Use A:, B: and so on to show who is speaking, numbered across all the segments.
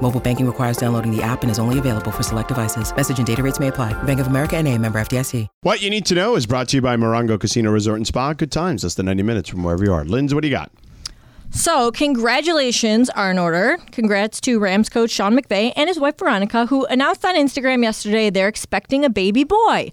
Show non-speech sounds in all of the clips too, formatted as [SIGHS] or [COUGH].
A: Mobile banking requires downloading the app and is only available for select devices. Message and data rates may apply. Bank of America and a member FDIC.
B: What you need to know is brought to you by Morongo Casino Resort and Spa. Good times, less than 90 minutes from wherever you are. Linz, what do you got?
C: So, congratulations are in order. Congrats to Rams coach Sean McVay and his wife Veronica, who announced on Instagram yesterday they're expecting a baby boy.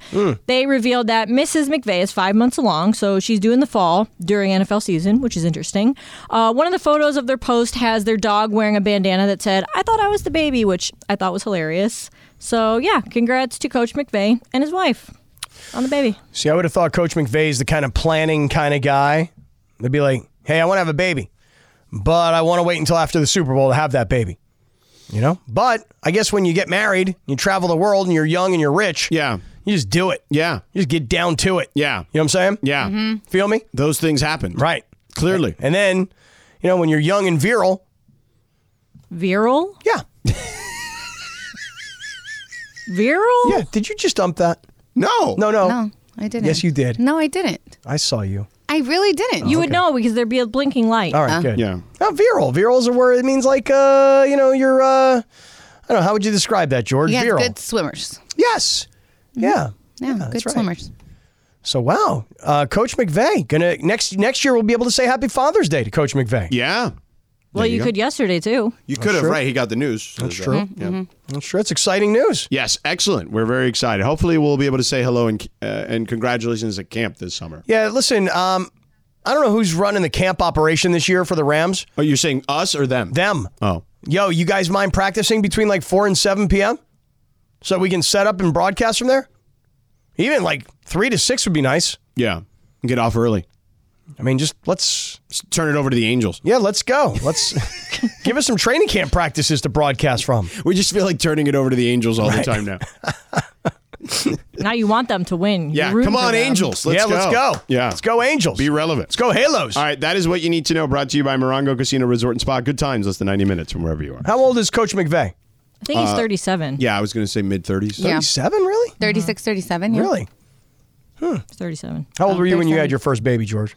C: They revealed that Mrs. McVay is five months along, so she's due in the fall during NFL season, which is interesting. Uh, one of the photos of their post has their dog wearing a bandana that said, I thought I was the baby, which I thought was hilarious. So, yeah, congrats to Coach McVay and his wife on the baby.
D: See, I would have thought Coach McVay is the kind of planning kind of guy. They'd be like, hey, I want to have a baby, but I want to wait until after the Super Bowl to have that baby. You know? But I guess when you get married, you travel the world and you're young and you're rich,
B: Yeah.
D: you just do it.
B: Yeah.
D: You just get down to it.
B: Yeah.
D: You know what I'm saying?
B: Yeah.
D: Feel me?
B: Those things happen.
D: Right.
B: Clearly.
D: And then, you know, when you're young and virile,
C: Viral?
D: yeah.
C: Viral?
D: Yeah. Did you just dump that?
B: No.
D: No, no.
E: No, I didn't.
D: Oh. Yes, you did.
E: No, I didn't.
D: I saw you.
E: I really didn't.
C: You would know because there'd be a blinking light.
D: All right, good.
B: Yeah.
D: Oh, viral. Viral is a word. It means like, uh, you know, you're, uh, I don't know. How would you describe that, George?
E: You
D: viral.
E: have good swimmers.
D: Yes. Yeah.
E: Yeah,
D: that's
E: good
D: right. Uh-huh.
E: swimmers.
D: So wow, uh, Coach McVay gonna next next year we'll be able to say Happy Father's Day to Coach McVay.
B: Yeah.
C: Well,
B: There you
C: you
B: go.
C: could yesterday too.
B: You could have, right? He got the news. That's
D: true. Mm-hmm.
B: Yeah.
D: I'm sure it's exciting news.
B: Yes. Excellent. We're very excited. Hopefully, we'll be able to say hello and uh, and congratulations at camp this summer.
D: Yeah, listen, um, I don't know who's running the camp operation this year for the Rams.
B: Are you Oh, saying us or them?
D: Them.
B: Oh.
D: Yo, you guys mind practicing between like four and seven p.m. so we can set up and broadcast from there? Even like three to six would be nice.
B: Yeah. Get off early.
D: I mean, just let's
B: S- Turn it over to the Angels. [LAUGHS]
D: yeah, let's go. Let's [LAUGHS] give us some training camp practices to broadcast from.
B: We just feel like turning it over to the Angels all the time now.
D: [LAUGHS]
C: Now you want them to win.
B: Yeah.
C: You're rooting
B: Come
C: for
B: on,
C: them.
B: Angels. Let's
D: yeah,
B: go.
D: let's go.
B: Yeah.
D: let's go, Angels.
B: Be relevant.
D: let's go, Halos.
B: All right, that is what you need to know. Brought to you by Morongo Casino Resort and Spa. Good times, less than ninety minutes from wherever you are.
D: How old is Coach McVay?
C: I think he's 37.
B: Uh, Yeah, I was going to say mid thirties.
E: Yeah.
D: 37, really?
E: 36, 37. yeah.
D: Really?
C: He's 37.
D: How old
E: Um,
D: were you when you
E: 37.
D: had your first baby, George?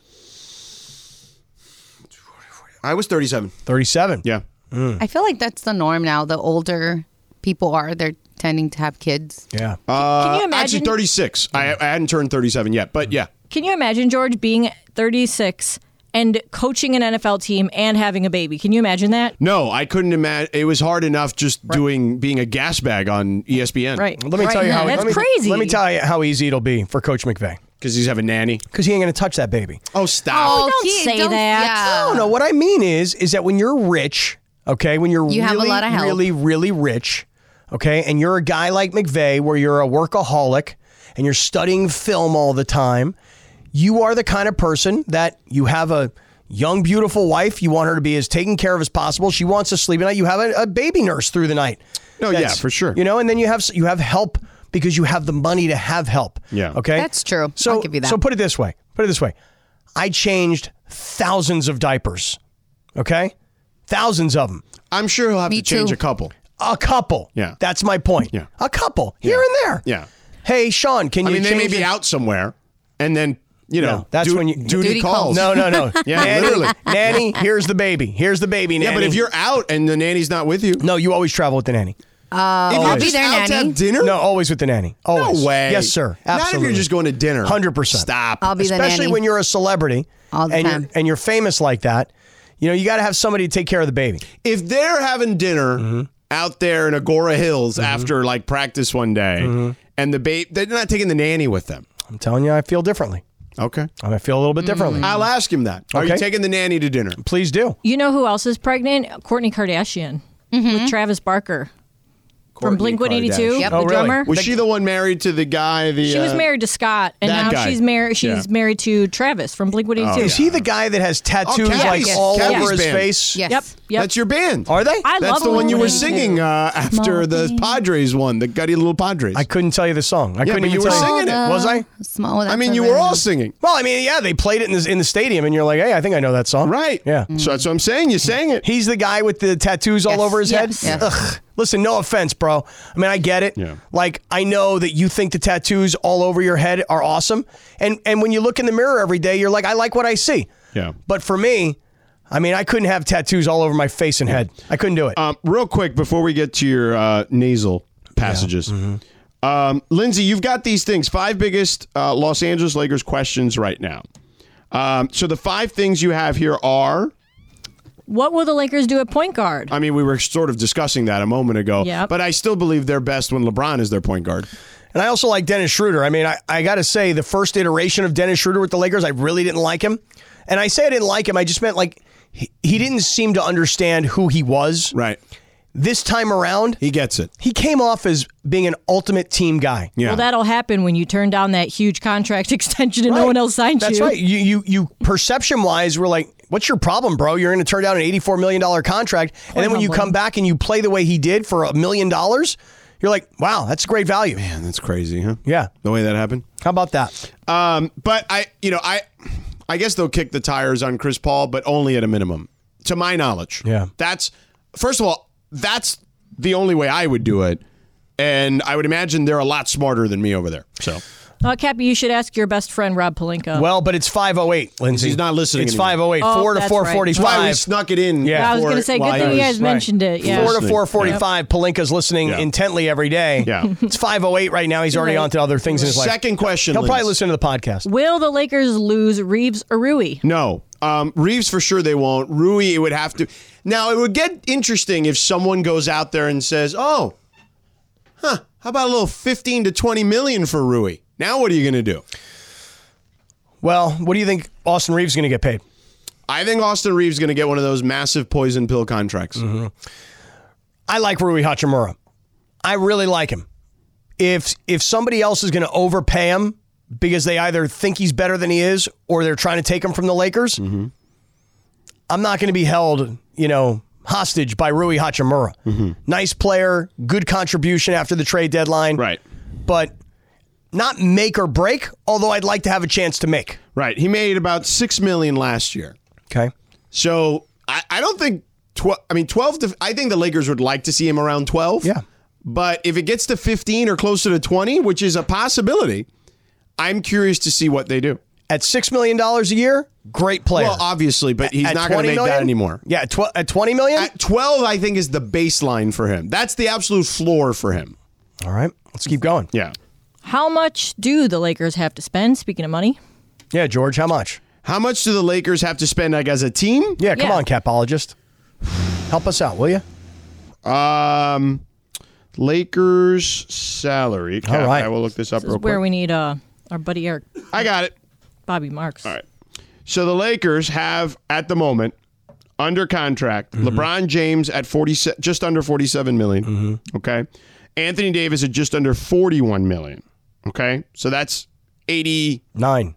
B: I was thirty-seven.
D: 37.
B: Yeah,
E: I feel like that's the norm now. The older people are, they're tending to have kids.
D: Yeah.
B: Uh,
C: Can you
B: actually
C: imagine?
B: thirty-six. I, I hadn't turned thirty-seven yet, but yeah,
C: Can you imagine George being 36 and coaching an NFL team and having a baby? Can you imagine that?
B: no, I couldn't imagine. It was hard enough just doing being a gas bag on E ESPN,
C: Right.
D: Let me
E: Right
D: tell you
E: now.
D: how
C: That's
D: let me,
C: crazy.
D: Let me tell you how easy it'll be for Coach McVay
B: Because he's having nanny.
D: because he ain't going to touch that baby.
B: Oh, stop!
C: don't say that.
D: No, no. What I mean is, is that when you're rich, okay, when you're really,
E: You have a lot of help.
D: really, really rich, okay, and you're a guy like McVeigh, where you're a workaholic and you're studying film all the time, you are the kind of person that you have a young, beautiful wife. You want her to be as taken care of as possible. She wants to sleep at night. You have a, a baby nurse through the night.
B: No, Oh, yeah, for sure.
D: You know, and then you have you have help because you have the money to have help.
B: Yeah.
D: Okay.
E: That's true.
D: So,
E: I'll give you that.
D: So put it this way. Put it this way. I changed thousands of diapers. Okay? Thousands of them.
B: I'm sure he'll have
E: Oh,
B: to
E: Me
B: change
E: too.
B: a couple.
D: A couple.
B: Yeah.
D: That's my point.
B: Yeah.
D: A couple. Here and there.
B: Yeah,
D: Hey, Sean, can
B: I
D: you
B: mean they may
D: change
B: be
D: your-
B: out somewhere, and then you know
D: No, that's
B: du-
D: when you-
B: duty,
E: Duty
B: calls.
E: calls.
D: No, no, no.
B: [LAUGHS] Yeah,
D: nanny,
B: literally.
D: Nanny, here's the baby. Here's the baby, nanny.
B: yeah, but if you're out and the nanny's not with you,
D: No, you always travel with the nanny.
B: if
E: Uh, I'll
B: you're
E: be
B: just
E: their
B: out to
E: nanny.
B: have dinner,
D: No, always with the nanny. Always.
B: No way.
D: Yes, sir.
B: Not if
D: Absolutely.
B: you're just going to dinner.
D: 100%.
B: Stop.
E: I'll be the
D: especially
E: nanny.
D: when you're a celebrity
E: All the
D: and
E: time.
D: you're and you're famous like that. You know, you got to have somebody to take care of the baby.
B: if they're having dinner
D: Mm-hmm.
B: out there in Agora Hills after like practice one day,
D: Mm-hmm.
B: and the babe, they're not taking the nanny with them.
D: I'm telling you, I feel differently.
B: Okay.
D: I feel a little bit differently.
B: I'll ask him that. Are you
D: Okay.
B: taking the nanny to dinner?
D: Please do. Mm-hmm.
C: You know who else is pregnant? Courtney Kardashian with Travis Barker. from
B: Kourtney
C: Blink 182,
B: Kardashian.
E: Yep.
C: the
E: Oh,
D: really?
C: drummer.
B: Was she the one married to the guy? The
C: She was
B: uh,
C: married to Scott, and
B: that
C: now
B: guy.
C: she's married. She's
B: Yeah. Oh,
C: married to Travis from Blink One Eighty Two.
D: Is he the guy that has tattoos
B: Kathy's-
D: like
B: Yes.
D: all
B: Kathy's
D: over his
B: band.
D: face?
E: Yes.
C: Yep. Yep.
B: That's your band.
D: Are they?
C: I
B: That's
C: love
B: the one you were
C: 182.
B: singing uh, after the Padres won, the gutty little Padres.
D: I couldn't tell you the song. I couldn't
B: but
D: even
B: you were
D: tell
B: singing it.
D: Was I?
E: Small,
B: I mean, you were all singing.
D: Well, I mean, yeah, they played it in the, in the stadium, and you're like, hey, I think I know that song.
B: Right.
D: Yeah.
B: So that's what I'm saying. You sang it.
D: He's the guy with the tattoos all
E: Yes.
D: over his
E: Yes.
D: head.
E: Yeah.
D: Ugh. Listen, no offense, bro. I mean, I get it.
B: Yeah.
D: Like, I know that you think the tattoos all over your head are awesome, and and when you look in the mirror every day, you're like, I like what I see.
B: Yeah.
D: But for me, I mean, I couldn't have tattoos all over my face and head. I couldn't do it.
B: Um, real quick before we get to your uh, nasal passages, um, Lindsay, you've got these things. Five biggest uh, Los Angeles Lakers questions right now. Um, so the five things you have here are.
C: What will the Lakers do at point guard?
B: I mean, we were sort of discussing that a moment ago,
C: Yep.
B: but I still believe they're best when LeBron is their point guard.
D: And I also like Dennis Schroeder. I mean, I, I got to say, the first iteration of Dennis Schroeder with the Lakers, I really didn't like him. And I say I didn't like him, I just meant like he, he didn't seem to understand who he was.
B: Right.
D: This time around,
B: He gets it.
D: he came off as being an ultimate team guy.
B: Yeah.
C: Well, that'll happen when you turn down that huge contract [LAUGHS] extension and no one else signs
D: That's
C: you.
D: right. You, you, you perception wise, we're like, what's your problem, bro? You're going to turn down an $84 million contract. and then when you
C: humbling.
D: come back and you play the way he did for a million dollars, you're like, wow, that's great value.
B: Man, that's crazy, huh?
D: Yeah.
B: The way that happened.
D: How about that?
B: Um, but I, you know, I, I guess they'll kick the tires on Chris Paul, but only at a minimum, to my knowledge.
D: Yeah.
B: That's first of all, that's the only way I would do it, and I would imagine they're a lot smarter than me over there. So
C: Uh, Cappy, you should ask your best friend Rob Palenka.
D: Well, but it's 508, Lindsay.
B: He's not listening
D: It's
B: anymore.
D: 508,
C: Oh,
D: 4 to
C: that's right.
D: 445.
B: that's why we snuck it in.
D: Yeah.
C: I was
B: before-
C: going to say,
B: while
C: good
B: I
C: thing
B: was-
C: you guys mentioned it. Yeah.
D: four to
B: Listening.
D: four forty-five. Palinka's listening
B: Yeah.
D: intently every day.
B: Yeah.
D: it's five oh eight right now. He's already
C: Right.
D: on to other things in his life.
B: Second question.
D: He'll probably
B: Linz.
D: listen to the podcast.
C: Will the Lakers lose Reeves or Rui?
B: No. Um, Reeves for sure they won't. Rui it would have to. Now it would get interesting if someone goes out there and says, "Oh, huh? How about a little fifteen to twenty million for Rui?" Now what are you going to do?
D: Well, what do you think Austin Reeves is going to get paid?
B: I think Austin Reeves is going to get one of those massive poison pill contracts.
D: I like Rui Hachimura. I really like him. If if somebody else is going to overpay him because they either think he's better than he is or they're trying to take him from the Lakers,
B: Mm-hmm.
D: I'm not going to be held, you know, hostage by Rui Hachimura.
B: Mm-hmm.
D: Nice player, good contribution after the trade deadline.
B: Right.
D: but not make or break, although I'd like to have a chance to make.
B: Right. He made about six million last year.
D: Okay.
B: So I, I don't think twelve. I mean twelve. To, I think the Lakers would like to see him around twelve.
D: Yeah.
B: But if it gets to fifteen or closer to twenty, which is a possibility, I'm curious to see what they do.
D: At $6 million a year, great player.
B: Well, obviously, but he's
D: At
B: not going to
D: 20
B: make that
D: million?
B: anymore.
D: Yeah, at, tw- at 20 million?
B: At 12, I think is the baseline for him. That's the absolute floor for him.
D: All right, let's keep going.
B: Yeah.
C: How much do the Lakers have to spend? Speaking of money,
D: Yeah, George, how much?
B: How much do the Lakers have to spend, like, as a team?
D: Yeah, come
C: Yeah.
D: on, capologist. Help us out, will you?
B: Um, Lakers salary. Cap,
D: right.
B: I will look this up
C: this
B: real
C: is where
B: quick.
C: we need uh, our buddy Eric
B: I got it.
C: Bobby Marks.
B: right. So the Lakers have at the moment under contract
D: Mm-hmm.
B: LeBron James at 40 just under 47 million,
D: Mm-hmm.
B: okay? Anthony Davis at just under 41 million, okay? So that's 80
D: Nine.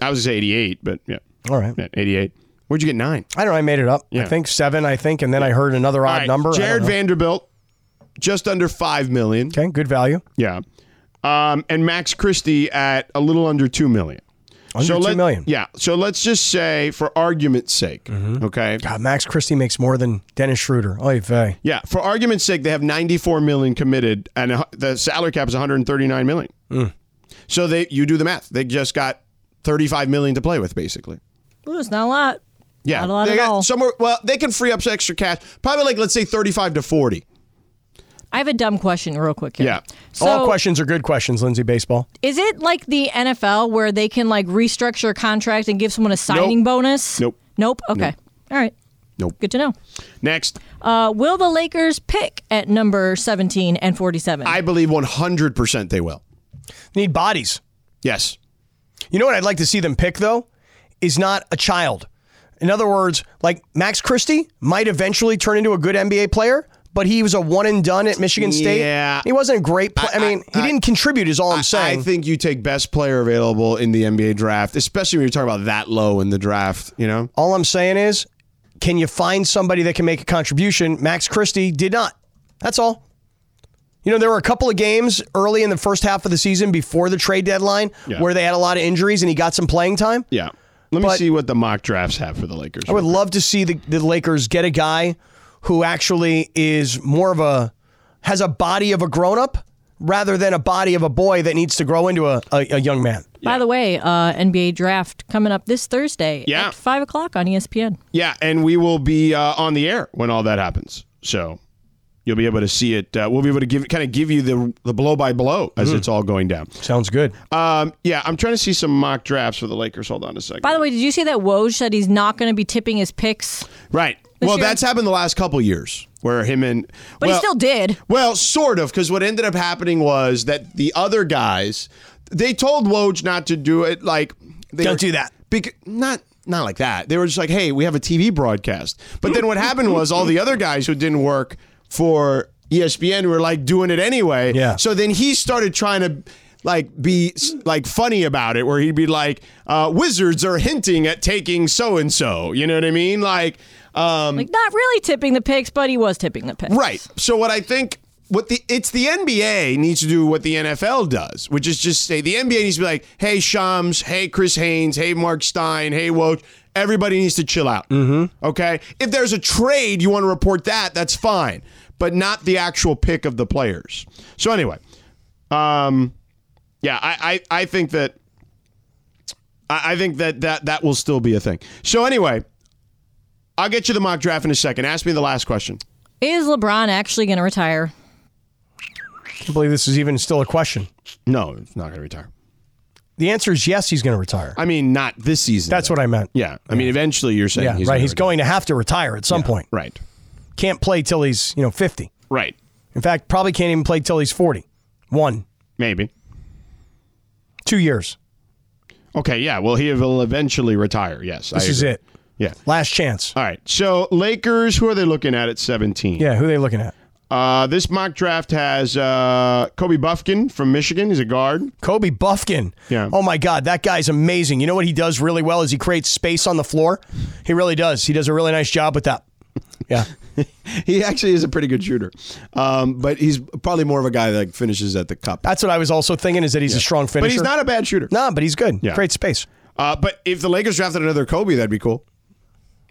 B: I was gonna say 88, but yeah,
D: All right.
B: yeah, 88. Where'd you get 9?
D: I don't know, I made it up.
B: Yeah.
D: I think seven, I think, and then I heard another odd number. I don't
B: Jared
D: know.
B: Vanderbilt just under 5 million.
D: Okay, good value.
B: Yeah. Um, and Max Christie at a little under two million.
D: Under
B: so
D: two
B: let-
D: million.
B: Yeah. So let's just say, for argument's sake,
D: Mm-hmm.
B: okay.
D: God, Max Christie makes more than Dennis Schroeder. Oy vey.
B: Yeah. For argument's sake, they have 94 million committed, and a hu- the salary cap is 139 million.
D: Mm.
B: So they, you do the math. They just got 35 million to play with, basically.
C: Ooh, it's not a lot.
B: Yeah.
C: Not a lot
B: they
C: at
B: got
C: all.
B: Somewhere. Well, they can free up some extra cash. Probably like let's say 35 to 40.
C: I have a dumb question, real quick. Here.
B: Yeah.
C: So,
D: All questions are good questions, Lindsay Baseball.
C: is it like the NFL where they can like restructure a contract and give someone a signing
B: Nope.
C: bonus?
B: Nope.
C: Nope. Okay. All right.
B: Nope.
C: Good to know.
B: Next,
C: Uh, will the Lakers pick at number 17 and 47?
B: I believe 100% they will.
D: Need bodies.
B: Yes.
D: You know what I'd like to see them pick though is not a child. In other words, like Max Christie might eventually turn into a good NBA player, but he was a one and done at Michigan State.
B: Yeah.
D: He wasn't a great player. I,
B: I-
D: mean, he
B: I-
D: didn't contribute, is all I'm saying.
B: I think you take best player available in the NBA draft, especially when you're talking about that low in the draft. You know,
D: all I'm saying is, can you find somebody that can make a contribution? Max Christie did not. That's all. You know, there were a couple of games early in the first half of the season before the trade deadline
B: Yeah.
D: where they had a lot of injuries and he got some playing time.
B: yeah. Let me
D: But-
B: see what the mock drafts have for the Lakers.
D: I would love to see the, the Lakers get a guy who actually is more of a has a body of a grown up rather than a body of a boy that needs to grow into a, a, a young man.
C: By the way, uh, NBA draft coming up this Thursday
B: Yeah.
C: at five o'clock on E ESPN.
B: Yeah, and we will be uh, on the air when all that happens. So you'll be able to see it. Uh, we'll be able to give kind of give you the the blow by blow as
C: Mm-hmm.
B: it's all going down.
D: Sounds good.
B: Um, yeah, I'm trying to see some mock drafts for the Lakers. Hold on a second.
C: By the way, did you see that Woj said he's not going to be tipping his picks,
B: right. Well,
C: year?
B: that's happened the last couple years where him and
C: but he
B: well-
C: still did.
B: Well, sort of, because what ended up happening was that the other guys they told Woj not to do it. Like, they
D: Don't do that.
B: Bec- not not like that. They were just like, hey, we have a TV broadcast. But then what happened was all the other guys who didn't work for E ESPN were like doing it anyway.
D: Yeah.
B: So then he started trying to. Like be s- like funny about it, where he'd be like, uh, "Wizards are hinting at taking so and so." You know what I mean? Like, um,
C: Like not really tipping the picks, but he was tipping the picks.
B: Right. So what I think what the it's the NBA needs to do what the NFL does, which is just say the NBA needs to be like, hey Shams, hey Chris Haynes, hey Mark Stein, hey Woj. Everybody needs to chill out. Mm-hmm. Okay. If there's a trade, you want to report that, that's fine. But not the actual pick of the players. So anyway. Um yeah, I, I, I think that I, I think that, that that will still be a thing. So anyway, I'll get you the mock draft in a second. Ask me the last question.
C: Is LeBron actually going to retire?
D: can't believe this is even still a question.
B: No, it's not going to retire.
D: The answer is yes, he's going to retire.
B: I mean, not this season.
D: That's
B: though.
D: what I meant.
B: Yeah, I mean, eventually you're saying
D: Yeah,
B: he's
D: right.
B: gonna
D: He's
B: retire.
D: going to have to retire at some point.
B: Right,
D: Can't play till he's, you know, 50.
B: right,
D: In fact, probably can't even play till he's 40. One,
B: maybe.
D: two years.
B: Okay, yeah. Well, he will eventually retire. Yes,
D: This is it.
B: Yeah.
D: Last chance.
B: All right. So Lakers, who are they looking at at 17?
D: Yeah, who are they looking at?
B: Uh, this mock draft has uh, Kobe Buffkin from Michigan. He's a guard.
D: Kobe Buffkin.
B: Yeah.
D: Oh my God, that guy's amazing. You know what he does really well is he creates space on the floor. He really does. He does a really nice job with that. Yeah.
B: He actually is a pretty good shooter, um, but he's probably more of a guy that like, finishes at the cup.
D: That's what I was also thinking is that he's a strong finisher.
B: But he's not a bad shooter.
D: No, but he's good.
B: Yeah.
D: Creates space.
B: Uh, but if the Lakers drafted another Kobe, that'd be cool.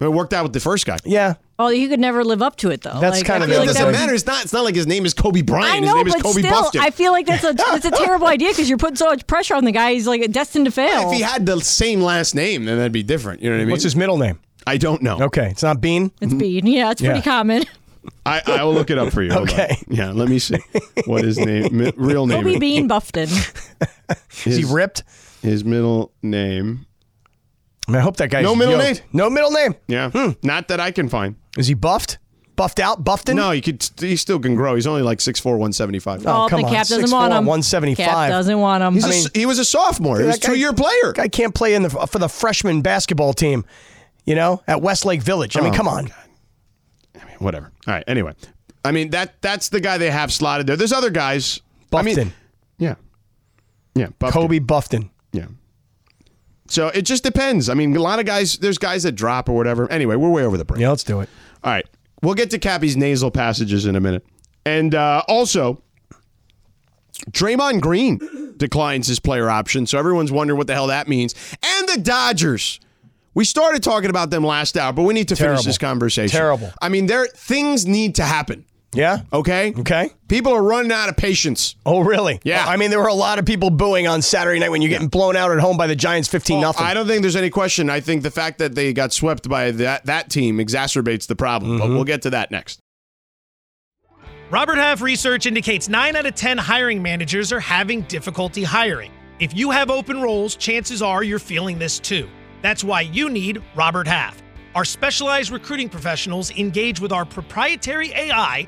B: It worked out with the first guy.
D: Yeah.
C: Oh, he could never live up to it though.
D: That's
C: Like,
D: kind
C: I
D: of
C: feel
D: the
C: like
D: other
C: that
D: thing.
C: would-
B: matter. It's not. It's not like his name is Kobe Bryant.
C: I know,
B: his name
C: but
B: is Kobe
C: still,
B: Buffkin.
C: I feel like
B: [LAUGHS]
C: that's a it's a terrible idea because you're putting so much pressure on the guy. He's like destined to fail.
B: if he had the same last name, then that'd be different. You know what I mean?
D: What's his middle name?
B: I don't know.
D: Okay. It's not Bean.
C: it's
B: Mm-hmm.
C: Bean. Yeah, it's
D: Yeah.
C: pretty common.
B: I, I will look it up for you. Hold on.
D: Okay.
B: Yeah. Let me see what his name, mi- real name.
C: Kobe
B: is.
C: Bean
D: [LAUGHS]
C: Buffton.
B: His,
D: Is he ripped?
B: his middle name.
D: I, mean, I hope that guy's
B: No middle
D: yoked.
B: name.
D: No middle name.
B: Yeah. Not that I can find.
D: Is he buffed? Buffed out? Buffed in?
B: No, he could. He still can grow. He's only like six four, one seventy five.
D: Oh,
C: Oh,
D: come
C: the
D: on.
C: cap doesn't
D: 6'4",
C: want him.
D: 175.
C: Cap doesn't want him.
B: He's a s- he was a sophomore. He was
D: that guy-
B: two year player.
D: Guy can't play in the for the freshman basketball team, you know, at Westlake Village. I mean,
B: Oh,
D: come on.
B: Whatever. All right. Anyway, I mean that that's the guy they have slotted there. There's other guys. I mean-
D: Buffton.
B: yeah. Yeah. Buffkin.
D: Kobe Buffton.
B: Yeah. So it just depends. I mean, a lot of guys, there's guys that drop or whatever. Anyway, we're way over the break.
D: Yeah, let's do it.
B: All right. We'll get to Cappy's nasal passages in a minute. And uh, also, Draymond Green declines his player option. So everyone's wondering what the hell that means. And the Dodgers. We started talking about them last hour, but we need to
D: Terrible.
B: finish this conversation.
D: Terrible.
B: I mean, there things need to happen.
D: Yeah.
B: Okay?
D: Okay.
B: People are running out of patience.
D: Oh, really?
B: Yeah.
D: I mean, there were a lot of people booing on Saturday night when you're getting blown out at home by the Giants 15
B: Oh,
D: nothing.
B: I don't think there's any question. I think the fact that they got swept by that, that team exacerbates the problem, but we'll get to that next.
F: Robert Half research indicates 9 out of 10 hiring managers are having difficulty hiring. If you have open roles, chances are you're feeling this too. That's why you need Robert Half. Our specialized recruiting professionals engage with our proprietary AI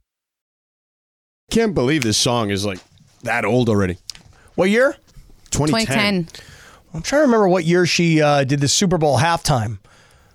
B: Can't believe this song is like that old already.
D: What year?
B: 2010.
E: 2010.
D: I'm trying to remember what year she uh, did the Super Bowl halftime.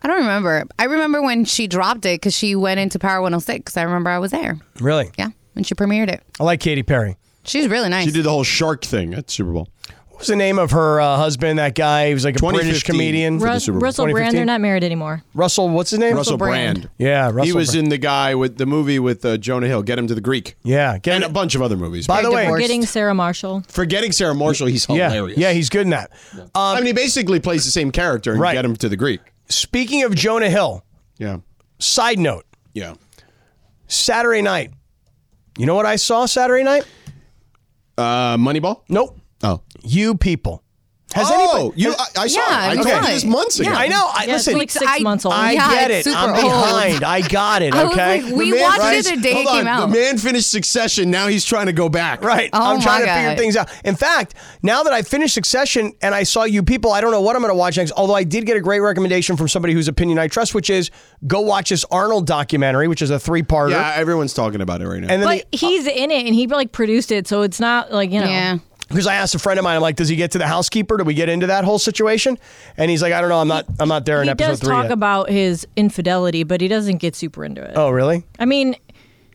E: I don't remember. I remember when she dropped it because she went into Power 106. I remember I was there.
D: Really?
E: Yeah, when she premiered it.
D: I like Katy Perry.
E: She's really nice.
B: She did the whole shark thing at Super Bowl.
D: What was the name of her uh, husband? That guy, he was like a British
B: 2015.
D: comedian.
B: For the
C: Rus-
B: Super Bowl.
C: Russell Brand,
D: 2015?
C: they're not married anymore.
D: Russell, what's his name?
B: Russell Brand.
E: Brand.
D: Yeah, Russell.
B: he was
D: Brand.
B: in the guy with the movie with uh, Jonah Hill, Get Him to the Greek.
D: Yeah, get
B: And
D: it.
B: a bunch of other movies.
D: By the way,
E: Divorced.
C: Getting Sarah Marshall.
B: Forgetting Sarah Marshall, he's
D: yeah,
B: hilarious.
D: yeah, he's good in that. Uh,
B: I mean, he basically plays the same character and
D: Right.
B: Get Him to the Greek.
D: speaking of Jonah Hill,
B: Yeah.
D: side note:
B: Yeah.
D: Saturday night. You know what I saw Saturday night?
B: Uh, Moneyball?
D: Nope.
B: Oh.
D: You people. Has
B: oh,
D: anybody?
B: you, I, I saw
E: Yeah,
B: it. I
E: it's
B: told you
E: right.
B: this months ago.
E: Yeah.
D: I know. I
C: Yeah, it's
D: listen.
C: like six
E: I-
C: months old.
D: I
E: Yeah,
D: get
E: it's
D: it. I'm
E: super old.
D: behind. I got it.
E: I was
D: Okay.
E: like, we watched it
B: finished-
E: the day
B: hold
E: it came
B: on,
E: out.
B: The man finished Succession. Now he's trying to go back.
D: Right.
E: Oh
D: I'm trying
E: my
D: to figure
E: God.
D: things out. In fact, now that I finished Succession and I saw you people, I don't know what I'm going to watch next. Although I did get a great recommendation from somebody whose opinion I trust, which is go watch this Arnold documentary, which is a three parter.
B: Yeah, everyone's talking about it right now.
D: And then
C: But he's in it and he like produced it, so it's not like, you know.
E: yeah.
D: because I asked a friend of mine, I'm like, does he get to the housekeeper? Do we get into that whole situation? And he's like, I don't know. I'm not. I'm not there in
C: He
D: episode
C: does
D: three
C: talk
D: yet.
C: about his infidelity, but he doesn't get super into it.
D: oh, really?
C: I mean,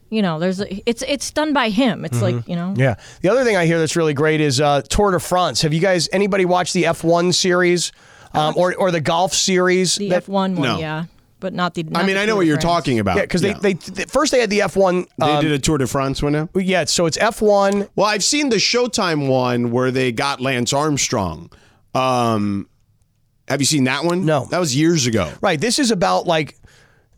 C: you know, there's a- it's it's done by him. It's
B: Mm-hmm.
C: like you know,
D: Yeah. The other thing I hear that's really great is uh, Tour de France. Have you guys anybody watched the F1 series um, or or the golf series?
C: the
D: that-
C: F one one,
B: no.
C: yeah, but not the.
B: I
C: not
B: mean,
C: the
B: I know
C: Tour
B: what
C: de
B: you're
C: France.
B: talking about.
D: Yeah, because they, they th- first they had the F1.
B: They
D: Um,
B: did a Tour de France one now.
D: yeah, so it's F1.
B: Well, I've seen the Showtime one where they got Lance Armstrong. Um, have you seen that one?
D: No.
B: That was years ago.
D: Right. This is about like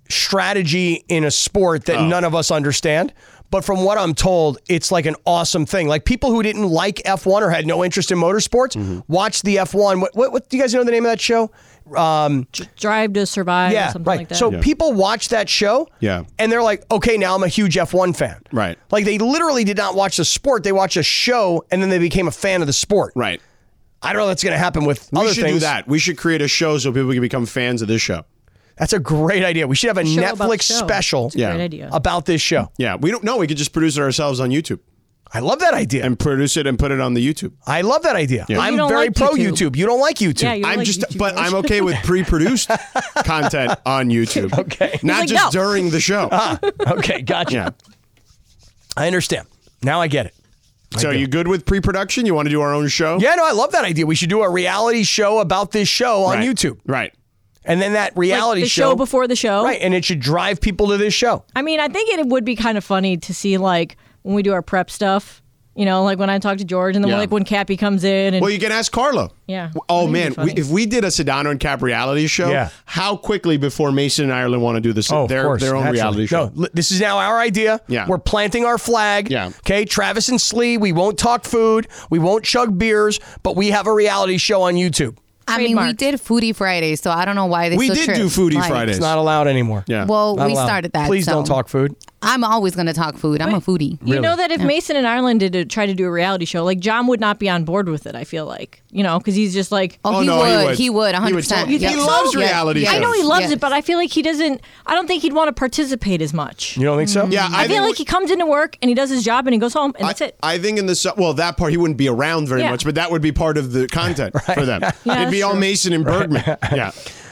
D: strategy in a sport that none of us understand. But from what I'm told, it's like an awesome thing. Like people who didn't like F1 or had no interest in motorsports watch the F1. What, what, what do you guys know the name of that show?
C: Drive to Survive, or
D: yeah,
C: something
D: right.
C: like that.
D: So people watch that show,
B: Yeah.
D: and they're like, okay, now I'm a huge F1 fan,
B: Right.
D: Like they literally did not watch the sport; they watched a show, and then they became a fan of the sport,
B: Right.
D: I don't know that's going to happen with
B: We
D: other
B: should
D: things.
B: do that. We should create a show so people can become fans of this show.
D: That's a great idea. We should have a
C: Show about
D: Netflix
C: show.
D: special
C: It's a great
B: Yeah.
C: idea.
D: about this show.
B: Yeah. We don't know. We could just produce it ourselves on YouTube
D: I love that idea.
B: and produce it and put it on the YouTube.
D: I love that idea. I'm
C: You don't
D: very
C: like
D: pro YouTube.
C: YouTube.
D: You don't like YouTube.
C: yeah, you don't
B: I'm
C: like
B: just,
C: YouTube
B: but
C: videos.
B: I'm okay with
D: [LAUGHS]
B: pre-produced content on YouTube. Okay, not
C: like,
B: just
C: "No."
B: during the
D: [LAUGHS]
B: show.
D: okay, gotcha.
B: Yeah.
D: I understand. Now I get it.
B: So you good with pre-production? You want to do our own show?
D: Yeah, no, I love that idea. We should do a reality show about this show on
B: Right.
D: YouTube.
B: Right.
D: And then that
C: Like
D: reality
C: the show, before the show.
D: Right, and it should drive people to this show.
C: I mean, I think it would be kind of funny to see like when we do our prep stuff. You know, like when I talk to George, and then
B: Yeah.
C: like when Cappy comes in, and
B: Well, you can ask Carlo.
C: Yeah.
B: Oh
C: That'd be
B: man, we,
C: funny.
B: if we did a Sedano and Cap reality show,
D: Yeah.
B: how quickly before Mason and Ireland want to do this,
D: Oh, of
B: their
D: course,
B: their own
D: naturally.
B: reality show.
D: No, li- this is now our idea.
B: Yeah.
D: We're planting our flag.
B: Yeah.
D: Okay, Travis and Slee, we won't talk food, we won't chug beers, but we have a reality show on YouTube.
E: I mean, we
C: Trademark.
E: did Foodie Friday, so I don't know why they
B: We
E: still
B: did
E: tri-
B: do Foodie
E: like-
B: Fridays.
D: It's not allowed anymore.
B: Yeah.
E: Well,
D: Not
E: we
D: allowed.
E: started that.
D: Please
E: so-
D: don't talk food.
E: I'm always going to talk food. I'm a foodie.
C: you know that if Mason and Ireland did to try to do a reality show, like John would not be on board with it. I feel like you know because he's just like
E: Oh, he,
B: no,
E: would.
B: he would.
E: He would. 100. percent
B: He would totally- he loves reality
C: I know he
B: Yes.
C: loves it, but I feel like he doesn't. I don't think he'd want to participate as much.
D: You don't think so?
B: Mm-hmm. Yeah,
C: I, feel
B: think
C: like he comes into work and he does his job and he goes home and that's
B: I,
C: it.
B: I think in the su- well that part he wouldn't be around very
C: Yeah.
B: much, but that would be part of the
D: [LAUGHS]
B: content for
C: [LAUGHS]
B: them. It'd
C: that's
B: be all
C: true.
B: Mason and Bergman. yeah,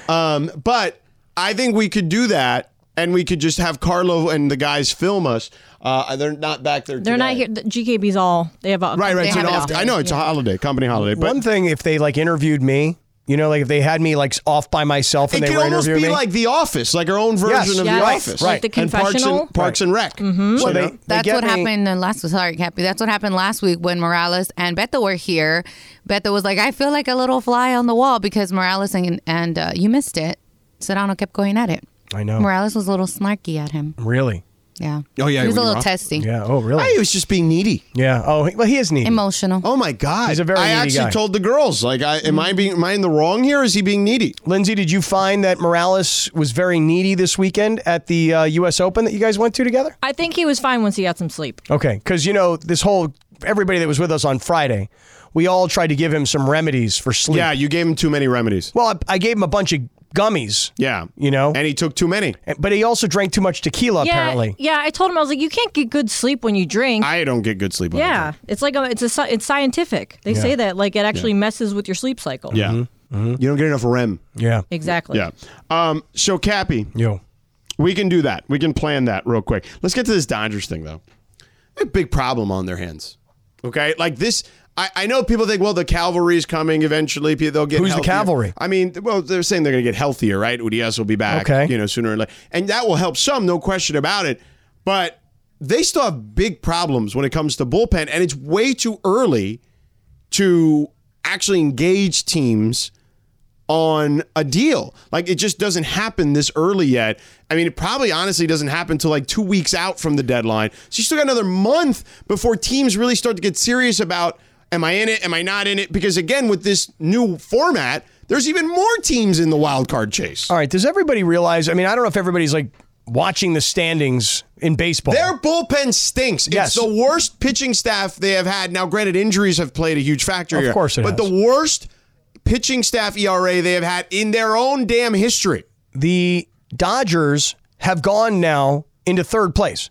B: um, but I think we could do that and we could just have Carlo and the guys film us. Uh, they're not back there.
C: They're not
B: today.
C: here. The GKB's all they have. A,
B: Right, right.
E: They
B: It's an
E: have it
B: off
E: off
B: day.
E: day.
B: I know it's a holiday, company holiday, but
D: One thing, if they like interviewed me, you know, like if they had me like off by myself
B: it
D: and they
B: could
D: were
B: almost be
D: interviewing me,
B: like The Office, like our own version
D: Yes.
B: of
D: Yes,
B: The Office,
D: like
C: the
B: And Parks
C: confessional.
B: and, Parks and Rec. Mm-hmm.
D: so they, they
E: That's
D: get
E: what
D: me-
E: happened uh, last week. Sorry, Cappy. That's what happened last week when Morales and Beto were here. Beto was like, I feel like a little fly on the wall because Morales and, and uh, you missed it. Sedano kept going at it.
D: I know.
E: Morales was a little snarky at him.
D: Really?
E: Yeah.
B: Oh, yeah,
E: He was
B: when
E: a
B: you
E: little
B: were off?
E: testy.
D: Yeah. Oh, really?
B: I was just being needy.
D: yeah. Oh, he- well, he is needy.
E: Emotional.
B: Oh my God!
D: He's a very
B: I
D: needy
B: actually
D: guy.
B: told the girls, like, I, am
C: Mm-hmm.
B: I being am I in the wrong here? Is he being needy?
D: Lindsay, did you find that Morales was very needy this weekend at the uh, U.S. Open that you guys went to together?
C: I think he was fine once he got some sleep.
D: Okay, because you know this whole everybody that was with us on Friday, we all tried to give him some remedies for sleep.
B: Yeah, you gave him too many remedies.
D: Well, I, I gave him a bunch of gummies.
B: Yeah,
D: You know,
B: and he took too many.
D: but he also drank too much tequila.
C: Yeah,
D: Apparently,
C: yeah. I told him I was like, you can't get good sleep when you drink.
B: I don't get good sleep. when I
C: yeah,
B: drink.
C: it's like a, it's a sci- it's scientific. They say that like it actually messes with your sleep cycle.
B: yeah.
D: Mm-hmm.
B: You don't get enough REM.
D: yeah,
C: exactly.
B: Yeah. Um. So Cappy,
D: yo,
B: we can do that. We can plan that real quick. Let's get to this Dodgers thing though. A big problem on their hands. Okay, like this. I, I know people think, well, the cavalry's coming eventually. People- They'll get
D: Who's the
B: healthier.
D: cavalry?
B: I mean, well, they're saying they're going to get healthier, right? UDS will be back,
D: Okay.
B: you know, sooner or later, and that will help some, no question about it. But they still have big problems when it comes to bullpen, and it's way too early to actually engage teams on a deal. Like it just doesn't happen this early yet. I mean, it probably honestly doesn't happen till like two weeks out from the deadline. So you still got another month before teams really start to get serious about am I in it? Am I not in it? Because again, with this new format, there's even more teams in the wild card chase.
D: All right, does everybody realize? I mean, I don't know if everybody's like watching the standings in baseball.
B: Their bullpen stinks.
D: Yes.
B: It's the worst pitching staff they have had. Now, granted, injuries have played a huge factor
D: Of
B: here.
D: course it
B: But
D: has.
B: the worst pitching staff ERA they have had in their own damn history.
D: the Dodgers have gone now into third place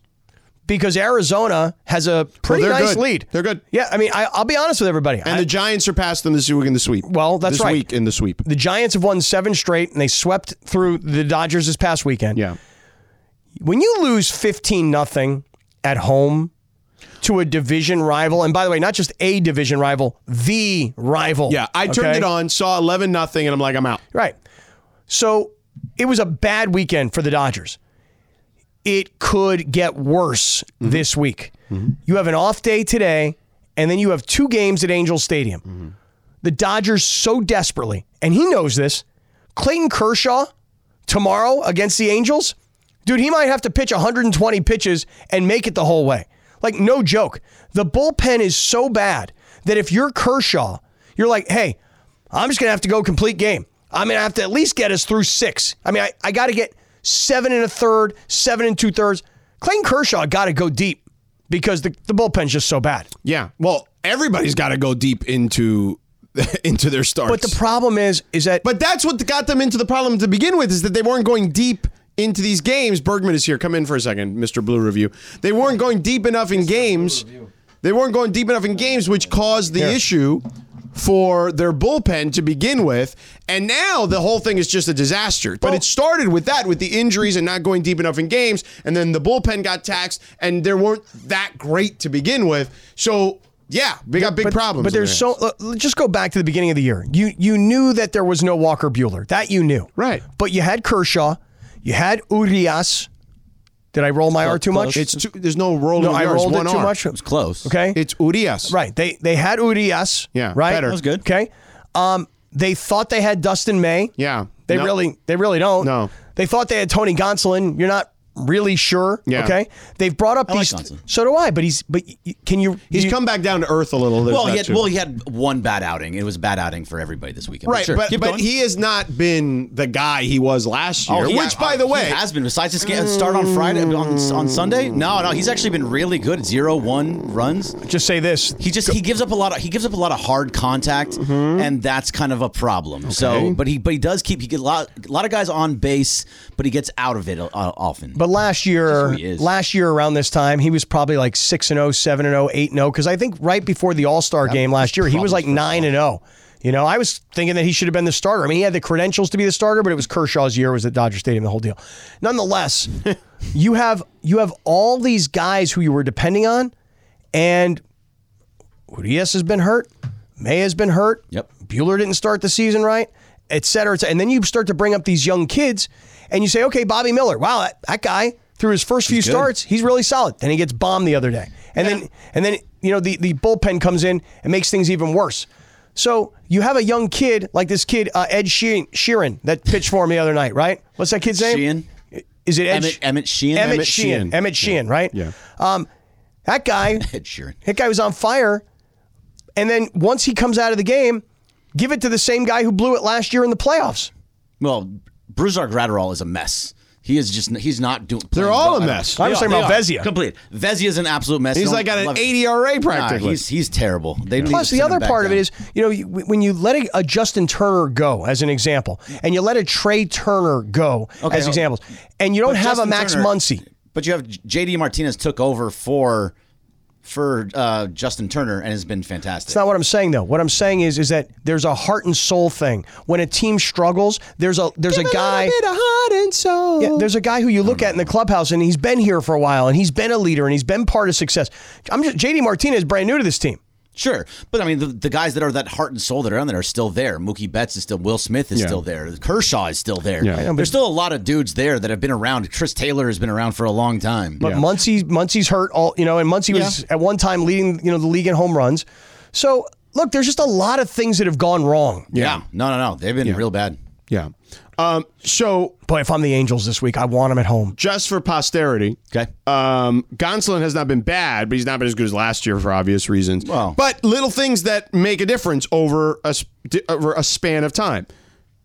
D: because Arizona has a pretty
B: they're
D: nice
B: good.
D: lead.
B: They're good.
D: Yeah, I mean, I, I'll be honest with everybody.
B: And
D: I-
B: the Giants surpassed them this week in the sweep.
D: Well, that's
B: this
D: right.
B: week in the sweep.
D: the Giants have won seven straight, and they swept through the Dodgers this past weekend.
B: Yeah.
D: When you lose fifteen nothing at home to a division rival, and by the way, not just a division rival, the rival.
B: Yeah, I turned
D: okay?
B: it on, saw 11 nothing, and I'm like, I'm out.
D: Right. So it was a bad weekend for the Dodgers. It could get worse this week. You have an off day today, and then you have two games at Angel Stadium. The Dodgers so desperately, and he knows this. Clayton Kershaw tomorrow against the Angels, dude, he might have to pitch 120 pitches and make it the whole way. Like, no joke. The bullpen is so bad that if you're Kershaw, you're like, hey, I'm just going to have to go complete game. I'm going to have to at least get us through six. I mean, I, I got to get seven and a third, seven and two thirds. Clayton Kershaw got to go deep because the, the bullpen's just so bad.
B: Yeah. Well, everybody's got to go deep into [LAUGHS] into their starts.
D: But the problem is, is that
B: But that's what got them into the problem to begin with is that they weren't going deep into these games. Bergman is here. Come in for a second, Mr. Blue Review. They weren't going deep enough in games. They weren't going deep enough in games, which caused the issue for their bullpen to begin with. And now the whole thing is just a disaster. But it started with that, with the injuries and not going deep enough in games. And then the bullpen got taxed, and they weren't that great to begin with. So, yeah, they got big problems.
D: But
B: in
D: there's
B: their
D: so uh, let's just go back to the beginning of the year. You you knew that there was no Walker Bueller. That you knew.
B: Right.
D: But you had Kershaw, you had Urias. Did I roll my R too much?
B: It's too, there's no rolling.
D: no, I
B: yards,
D: rolled it
B: one
D: too
B: arm.
D: much.
G: It was close.
D: [LAUGHS] Okay.
B: It's Urias.
D: right. They they had Urias.
B: Yeah,
D: Right.
B: better. That
G: was good.
D: Okay. Um they thought they had Dustin May.
B: Yeah.
D: They
B: No.
D: really they really don't.
B: No.
D: They thought they had Tony Gonsolin. You're not really sure.
B: Yeah.
D: Okay. They've brought up
G: I like
D: these
G: Gonsolin.
D: So do I, but he's but y- can you
B: He's
D: you,
B: come back down to earth a little. There's
G: Well, he
B: that
G: had
B: too.
G: well he had one bad outing. It was a bad outing for everybody this weekend.
B: right,
G: sure.
B: but,
G: Keep
B: but
G: going.
B: he has not been the guy he was last year.
G: he-
B: which, by the
G: he
B: way,
G: has been besides this game start on Friday on, on Sunday. No, no, he's actually been really good. Zero one runs.
D: just say this.
G: He just he gives up a lot of he gives up a lot of hard contact,
B: Mm-hmm.
G: and that's kind of a problem. So, but he but he does keep he get a lot a lot of guys on base, but he gets out of it uh, often.
D: But last year,
G: That's who he is.
D: last year around this time, he was probably like oh, 6 and 0, 7 and 0, 8 and 0 cuz I think right before the All-Star game last year, he was like 9 and 0. You know, I was thinking that he should have been the starter. I mean, he had the credentials to be the starter, but it was Kershaw's year, it was at Dodger Stadium, the whole deal. Nonetheless,
G: [LAUGHS]
D: you have you have all these guys who you were depending on, and Urias has been hurt, May has been hurt.
G: Yep.
D: Bueller didn't start the season right, et cetera, et cetera. And then you start to bring up these young kids and you say, okay, Bobby Miller, wow, that, that guy, through his first few starts, he's really solid. Then he gets bombed the other day. And then and then, you know, the, the bullpen comes in and makes things even worse. So you have a young kid like this kid, uh, Ed Sheeran, Sheeran, that pitched for him the other night, right? What's that kid's name?
G: Sheehan?
D: Is it Ed
G: Emmett-
D: Sh-
G: Emmett Sheehan?
D: Emmett,
G: Emmett
D: Sheehan.
B: Sheehan.
D: Emmett Sheehan, right?
B: Yeah.
D: Um, that guy
G: Ed Sheeran.
D: that guy was on fire. And then once he comes out of the game, give it to the same guy who blew it last year in the playoffs.
G: Well, Bruzar Gratterall is a mess. He is just he's not doing.
B: They're
G: playing
B: all
G: well.
B: a mess.
D: I was
G: They
D: talking about
G: are.
D: Vezia.
G: Complete. Vezia is an absolute mess.
B: He's
G: Don't-
B: like at an
G: love it.
B: 80 RA practically.
G: Nah, he's he's terrible. They need
D: Plus,
G: to
D: the
G: send
D: other
G: him back
D: part of it
G: down.
D: is, you know, you- when you let a, a Justin Turner go, as an example, and you let a Trey Turner go,
G: Okay,
D: as
G: hold-
D: examples, and you don't
G: But
D: have
G: Justin
D: a Max
G: Turner-
D: Muncy.
G: But you have JD Martinez took over for for uh, Justin Turner and has been fantastic.
D: That's not what I'm saying, though. What I'm saying is, is that there's a heart and soul thing. When a team struggles, there's a there's a guy. Yeah, there's a guy who you look at in the clubhouse, and he's been here for a while, and he's been a leader, and he's been part of success. I'm just JD Martinez, brand new to this team.
G: Sure, but I mean the, the guys that are that heart and soul that are on there are still there. Mookie Betts is still, Will Smith is
B: Yeah.
G: still there, Kershaw is still there.
B: Yeah. I know,
G: There's still a lot of dudes there that have been around. Chris Taylor has been around for a long time.
D: But Muncie, Muncie's hurt all you know, and Muncie was at one time leading you know the league in home runs. So look, there's just a lot of things that have gone wrong.
G: yeah. no, no, no, they've been real bad.
B: Yeah. Um, so
D: Boy, if I'm the Angels this week, I want them at home.
B: just for posterity,
G: Okay,
B: um, Gonsolin has not been bad, but he's not been as good as last year for obvious reasons.
G: Well-
B: but little things that make a difference over a sp- di- over a span of time.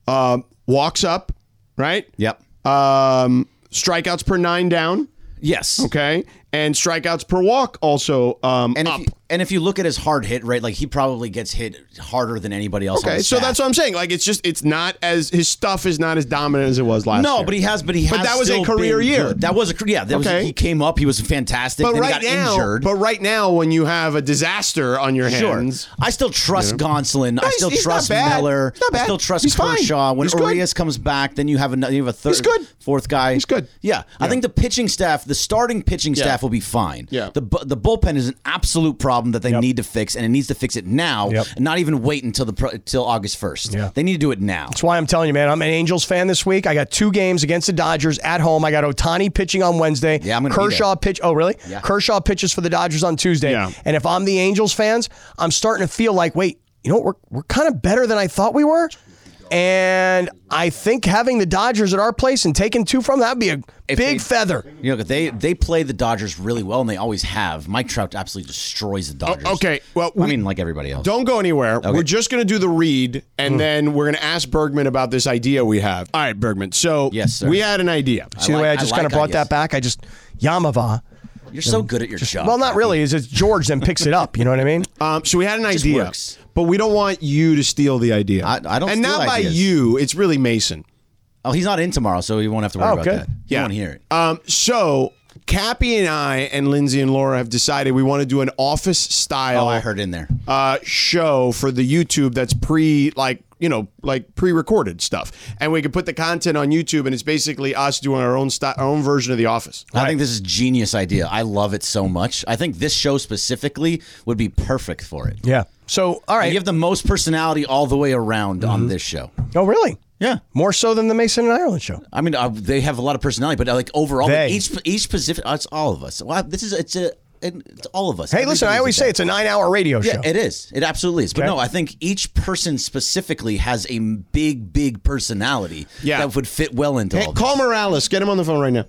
B: Um, walks up, right?
G: yep,
B: Um, strikeouts per nine down.
G: yes,
B: Okay, and strikeouts per walk also um,
G: And
B: up.
G: if, you, and if you look at his hard hit rate, like he probably gets hit harder than anybody else. on
B: okay,
G: the
B: so
G: staff.
B: that's what I'm saying. Like it's just it's not as his stuff is not as dominant as it was last year.
G: No, but he has. But he.
B: But
G: has
B: that was a
G: still
B: career
G: been
B: year.
G: good. That was a career. Yeah, that was-
B: Okay.
G: he came up. He was fantastic.
B: But
G: then
B: right
G: he got
B: now,
G: injured.
B: but right now, when you have a disaster on your
G: Sure.
B: hands,
G: I still trust Gonsolin. I
B: he's-
G: still
B: he's
G: trust
B: not bad.
G: Miller.
B: He's not
G: I
B: bad.
G: still trust
B: He's fine.
G: Kershaw. When
B: He's good.
G: Urias comes back, then you have another, you have a third,
B: He's good.
G: fourth guy.
B: He's good.
G: Yeah, I think the pitching staff, the starting pitching staff, will be fine.
B: Yeah.
G: the bu- the bullpen is an absolute problem that they need to fix, and it needs to fix it now,
D: Yep.
G: and not even wait until the pro- until August first.
D: Yeah.
G: they need to do it now.
D: That's why I'm telling you, man. I'm an Angels fan this week. I got two games against the Dodgers at home. I got Otani pitching on Wednesday.
G: Yeah, I'm gonna be
D: Kershaw
G: there.
D: pitch. Oh, really?
G: Yeah.
D: Kershaw pitches for the Dodgers on Tuesday.
B: Yeah.
D: And if I'm the Angels fans, I'm starting to feel like, wait, you know what? We're we're kind of better than I thought we were. And I think having the Dodgers at our place and taking two from that'd be a big
G: they-
D: feather.
G: You know, they they play the Dodgers really well, and they always have. Mike Trout absolutely destroys the Dodgers.
B: Oh, okay, well,
G: I
B: we-
G: mean, like everybody else.
B: Don't go anywhere. We're just going to do the read,
G: Hmm.
B: and then we're going to ask Bergman about this idea we have. All right, Bergman. So
G: Yes, sir.
B: we had an idea.
D: See the
G: like-
D: way I
G: I
D: just
G: like
D: kind of brought
G: ideas.
D: that back. I just Yamava.
G: You're so good at your job.
D: Well, not really. Is it's George then picks it up. You know what I mean?
B: Um, so we had an idea,
G: works.
B: but we don't want you to steal the idea.
G: I- I don't
B: And
G: steal
B: not by
G: ideas.
B: you. It's really Mason.
G: Oh, he's not in tomorrow, so he won't have to worry
D: Oh,
G: about
D: good.
G: that. He won't hear it.
B: Um, so Cappy and I and Lindsay and Laura have decided we want to do an office style.
G: oh, I heard in there.
B: uh, show for the YouTube that's pre like you know like pre-recorded stuff, and we can put the content on YouTube, and it's basically us doing our own sti- our own version of The Office.
G: I think this is a genius idea. I love it so much. I think this show specifically would be perfect for it.
D: Yeah. So all right.
G: You have the most personality all the way around on this show.
D: oh, really?
G: Yeah.
D: More so than the Mason and Ireland show.
G: I mean, uh, they have a lot of personality, but uh, like overall,
D: They.
G: each each specific, uh, it's all of us. Well, this is it's a it's all of us.
D: Hey, listen, I
G: Everybody's
D: always
G: like
D: say
G: that.
D: it's a nine hour radio show.
G: Yeah, it is. It absolutely is. But no, I think each person specifically has a big, big personality
B: Yeah.
G: that would fit well into
B: Hey,
G: all.
B: call
G: this.
B: Morales. Get him on the phone right now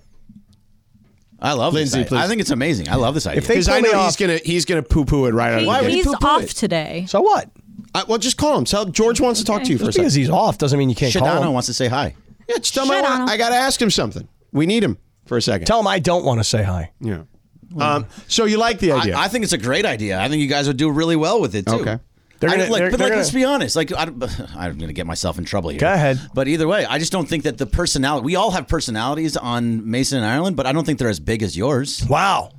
G: I love
B: Lindsay,
G: Lindsay. This. idea.
B: please.
G: I think it's amazing. I love this idea.
D: If they
B: because I
D: pull
B: know
D: me
B: he's
D: off,
B: gonna he's gonna poo poo it right out
C: He-
B: of the gate.
C: he's
G: poop
C: off
G: it?
C: today.
D: so what?
B: I, well, just call him. Tell George wants to talk to you for a
D: Just
B: second.
D: because he's off doesn't mean you can't call
G: Shadano
D: him.
G: wants to say hi.
B: Yeah, just tell him I, want, I gotta ask him something. We need him for a second.
D: Tell him I don't want to say hi.
B: yeah. Um, so you like the idea?
G: I, I think it's a great idea. I think you guys would do really well with it too.
B: Okay.
D: They're
G: I
D: gonna-
G: don't- like,
D: they're-
G: but
D: they're
G: like,
D: gonna-
G: let's be honest. Like, I, don't- [SIGHS] I'm going to get myself in trouble here.
D: Go ahead.
G: But either way, I just don't think that the personality. We all have personalities on Mason and Ireland, but I don't think they're as big as yours.
D: Wow.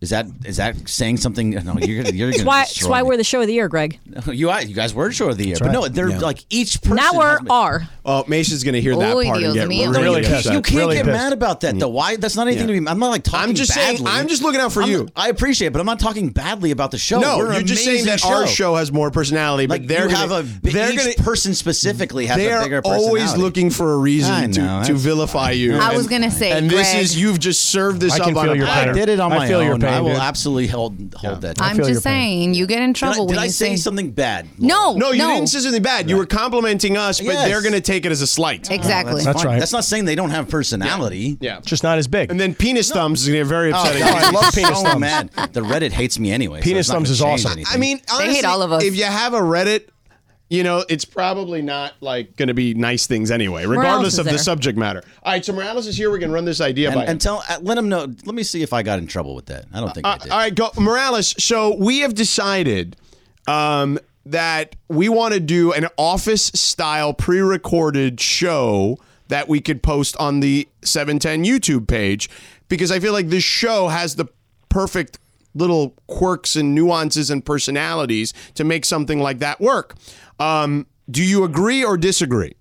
G: Is that is that saying something? [LAUGHS] No, you're gonna you're
C: That's
G: gonna
C: why, that's
G: destroy
C: why
G: me.
C: we're the show of the year, Greg.
G: [LAUGHS] you are- you guys were sure of the year, but no, they're like each person.
C: Now we're
G: has been-
C: R.
B: Oh, Mason's going to hear that
E: Uy,
B: part and
E: Dios
B: get
E: mío.
B: really,
D: Really pissed.
B: upset.
G: You can't
D: Really
G: get
D: pissed.
G: mad about that though. Why? That's not anything
B: Yeah.
G: to be. I'm not like talking.
B: I'm just saying-
G: badly.
B: I'm just looking out for
G: I'm-
B: you.
G: I appreciate, it, but I'm not talking badly about the show.
B: No,
G: We're an
B: you're just saying
G: amazing
B: that our show has more personality,
G: Like
B: but they're
G: you
B: gonna,
G: have a. bi-
B: they're
G: each
B: gonna-
G: person specifically has
B: they
G: a
B: are
G: bigger
B: always
G: personality.
B: looking for a
G: I
B: reason
G: know,
B: to, to
G: that's
B: vilify you.
E: I
B: And-
E: was gonna say,
B: and this
E: Greg.
B: is you've just served this
D: I
B: up
D: can
B: on
D: feel
B: a
D: your
G: I
D: pain.
G: did it on
D: I
G: my
D: feel
G: own.
D: your pain,
G: I will
D: dude.
G: absolutely hold hold that.
E: I'm
D: feel your
E: just
D: pain.
E: saying, you get in
G: Did I,
E: trouble
G: did
E: when
G: I
E: you
G: say something bad?
E: No,
B: No, you didn't
C: Oh,
B: say something bad. You were complimenting us, but
G: Yes.
B: they're going to take it as a slight.
E: Exactly.
D: That's
G: Fine.
D: right.
G: That's not saying they don't have personality.
B: Yeah.
D: Just not as big.
B: And then penis thumbs is going to be
G: Oh,
B: very upsetting.
D: no, I love penis
G: so
D: thumbs.
G: mad. The Reddit hates me anyway. so
D: Penis
G: it's not
D: thumbs
G: gonna
D: is
G: change
D: awesome.
G: anything.
B: I mean, honestly,
E: hate all of us.
B: If you have a Reddit, you know it's probably not like going to be nice things anyway, regardless
C: is
B: of the
C: there.
B: subject matter. All right, so Morales is here. We're going to run this idea
G: and,
B: by. him.
G: and tell uh, let him know. Let me see if I got in trouble with that. I don't think I
B: Uh,
G: did.
B: all right, go Morales. So we have decided um, that we want to do an office style pre-recorded show that we could post on the 710 YouTube page because I feel like this show has the perfect little quirks and nuances and personalities to make something like that work. Um, do you agree or disagree?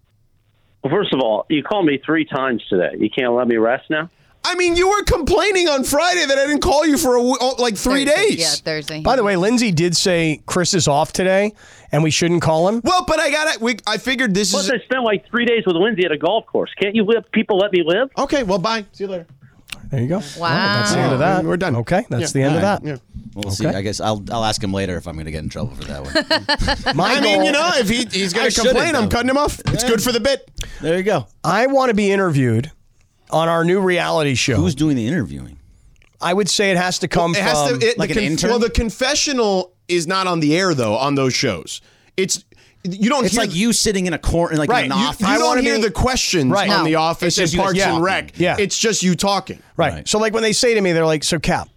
H: Well, first of all, you called me three times today. You can't let me rest now.
B: I mean, you were complaining on Friday that I didn't call you for a w- oh, like three
E: Thursday.
B: days.
E: Yeah, Thursday.
D: By the way, Lindsay did say Chris is off today and we shouldn't call him.
B: Well, but I got to I figured this
H: Plus,
B: is
H: I spent like three days with Lindsay at a golf course. Can't you let people let me live?
B: Okay, well, bye. See you later.
D: There you go. All right, that's the
E: Wow.
D: end of that.
B: We're done.
D: Okay, that's the end of that.
G: We'll see. I guess I'll I'll ask him later if I'm going to get in trouble for that [LAUGHS] one.
D: My
B: I mean,
D: goal-
B: you know, if he, he's going
G: I
B: to
G: shouldn't,
B: complain, I'm
G: though.
B: cutting him off. It's good for the bit.
G: there you go.
D: I want to be interviewed on our new reality show.
G: Who's doing the interviewing?
D: I would say it has to come
B: It
D: from.
B: has to. It,
G: like
B: the
G: an intern?
B: Well, the confessional is not on the air though on those shows. It's you don't.
G: It's
B: hear,
G: like you sitting in a corner, like
B: Right.
G: in an
B: you
G: office.
B: you don't
D: wanna
B: hear
D: be-
B: the questions
D: Right.
B: on
E: No.
B: the office and
G: just you guys
B: Parks and
G: talking.
B: Rec.
D: Yeah.
B: It's just you talking.
D: Right.
G: Right.
D: So like when they say to me, they're like, "So Cap,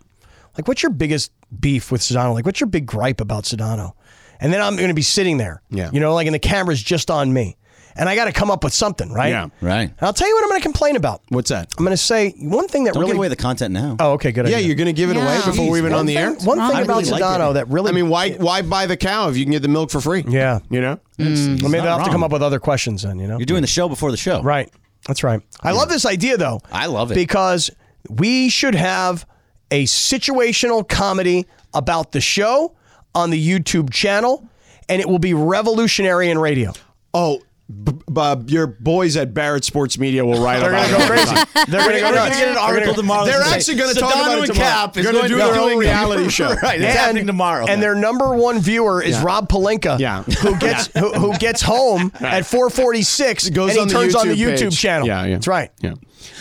D: like what's your biggest beef with Sedano? Like what's your big gripe about Sedano?" And then I'm going to be sitting there,
B: Yeah.
D: you know, like and the camera's just on me, and I got to come up with something, right?
B: Yeah.
G: Right.
D: And I'll tell you what I'm going to complain about.
B: What's that?
D: I'm going to say one thing that
G: Don't
D: really.
G: give away the content now.
D: oh, okay, good.
B: Yeah,
D: idea.
B: you're going to give it away
E: Yeah.
B: before we're even on the air.
D: One thing, one
E: wrong.
D: thing
E: I
D: about
G: really like
D: Sedano
G: it.
D: that really.
B: I mean, why why buy the cow if you can get the milk for free?
D: Yeah.
B: You know.
D: maybe mm, they'll have to
G: wrong.
D: come up with other questions then. You know.
G: You're doing the show before the show.
D: Right. That's right. I love this idea though.
G: I love it.
D: Because we should have a situational comedy about the show on the YouTube channel and it will be revolutionary in radio.
B: Oh, b- b- your boys at Barrett Sports Media will write
D: They're
B: about
D: going to [LAUGHS] go
B: it.
D: crazy. They're going to go
G: We're going to
D: nuts.
G: get an article tomorrow.
B: They're actually going to talk about it tomorrow.
G: Cap
B: They're going to do their own reality show.
G: right. It's happening tomorrow.
D: And their number one viewer is Rob Palenka,
B: Yeah.
D: who gets who, who gets home at 4:46
B: Goes
D: and he
B: on the
D: turns on the
B: YouTube page.
D: YouTube channel.
B: Yeah, yeah.
D: That's right.
B: [LAUGHS]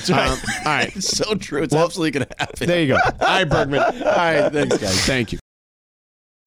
B: Yeah. Um, all
D: [LAUGHS]
B: right.
G: [LAUGHS] so true. It's absolutely going to happen.
B: There you go. All right, Bergman. All right. Thanks, guys. Thank you.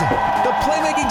I: The playmaking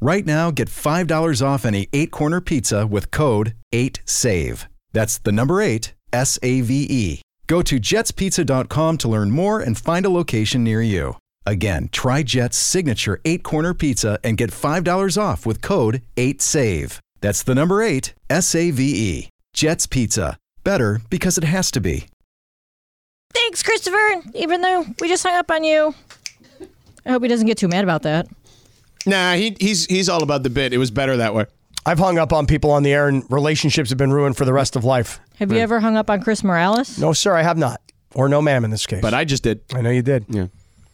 I: Right now, get $5 off any eight corner pizza with code 8SAVE. That's the number eight, S A V E. Go to jetspizza.com to learn more and find a location near you. Again, try Jet's signature eight corner pizza and get $5 off with code 8SAVE. That's the number eight, S A V E. Jet's Pizza. Better because it has to be.
C: Thanks, Christopher. Even though we just hung up on you, I hope he doesn't get too mad about that.
B: Nah, he, he's he's all about the bit. It was better that way.
D: I've hung up on people on the air and relationships have been ruined for the rest of life.
C: Have you ever hung up on Chris Morales?
D: No, sir, I have not. Or no, ma'am, in this case.
B: But I just did.
D: I know you did.
B: All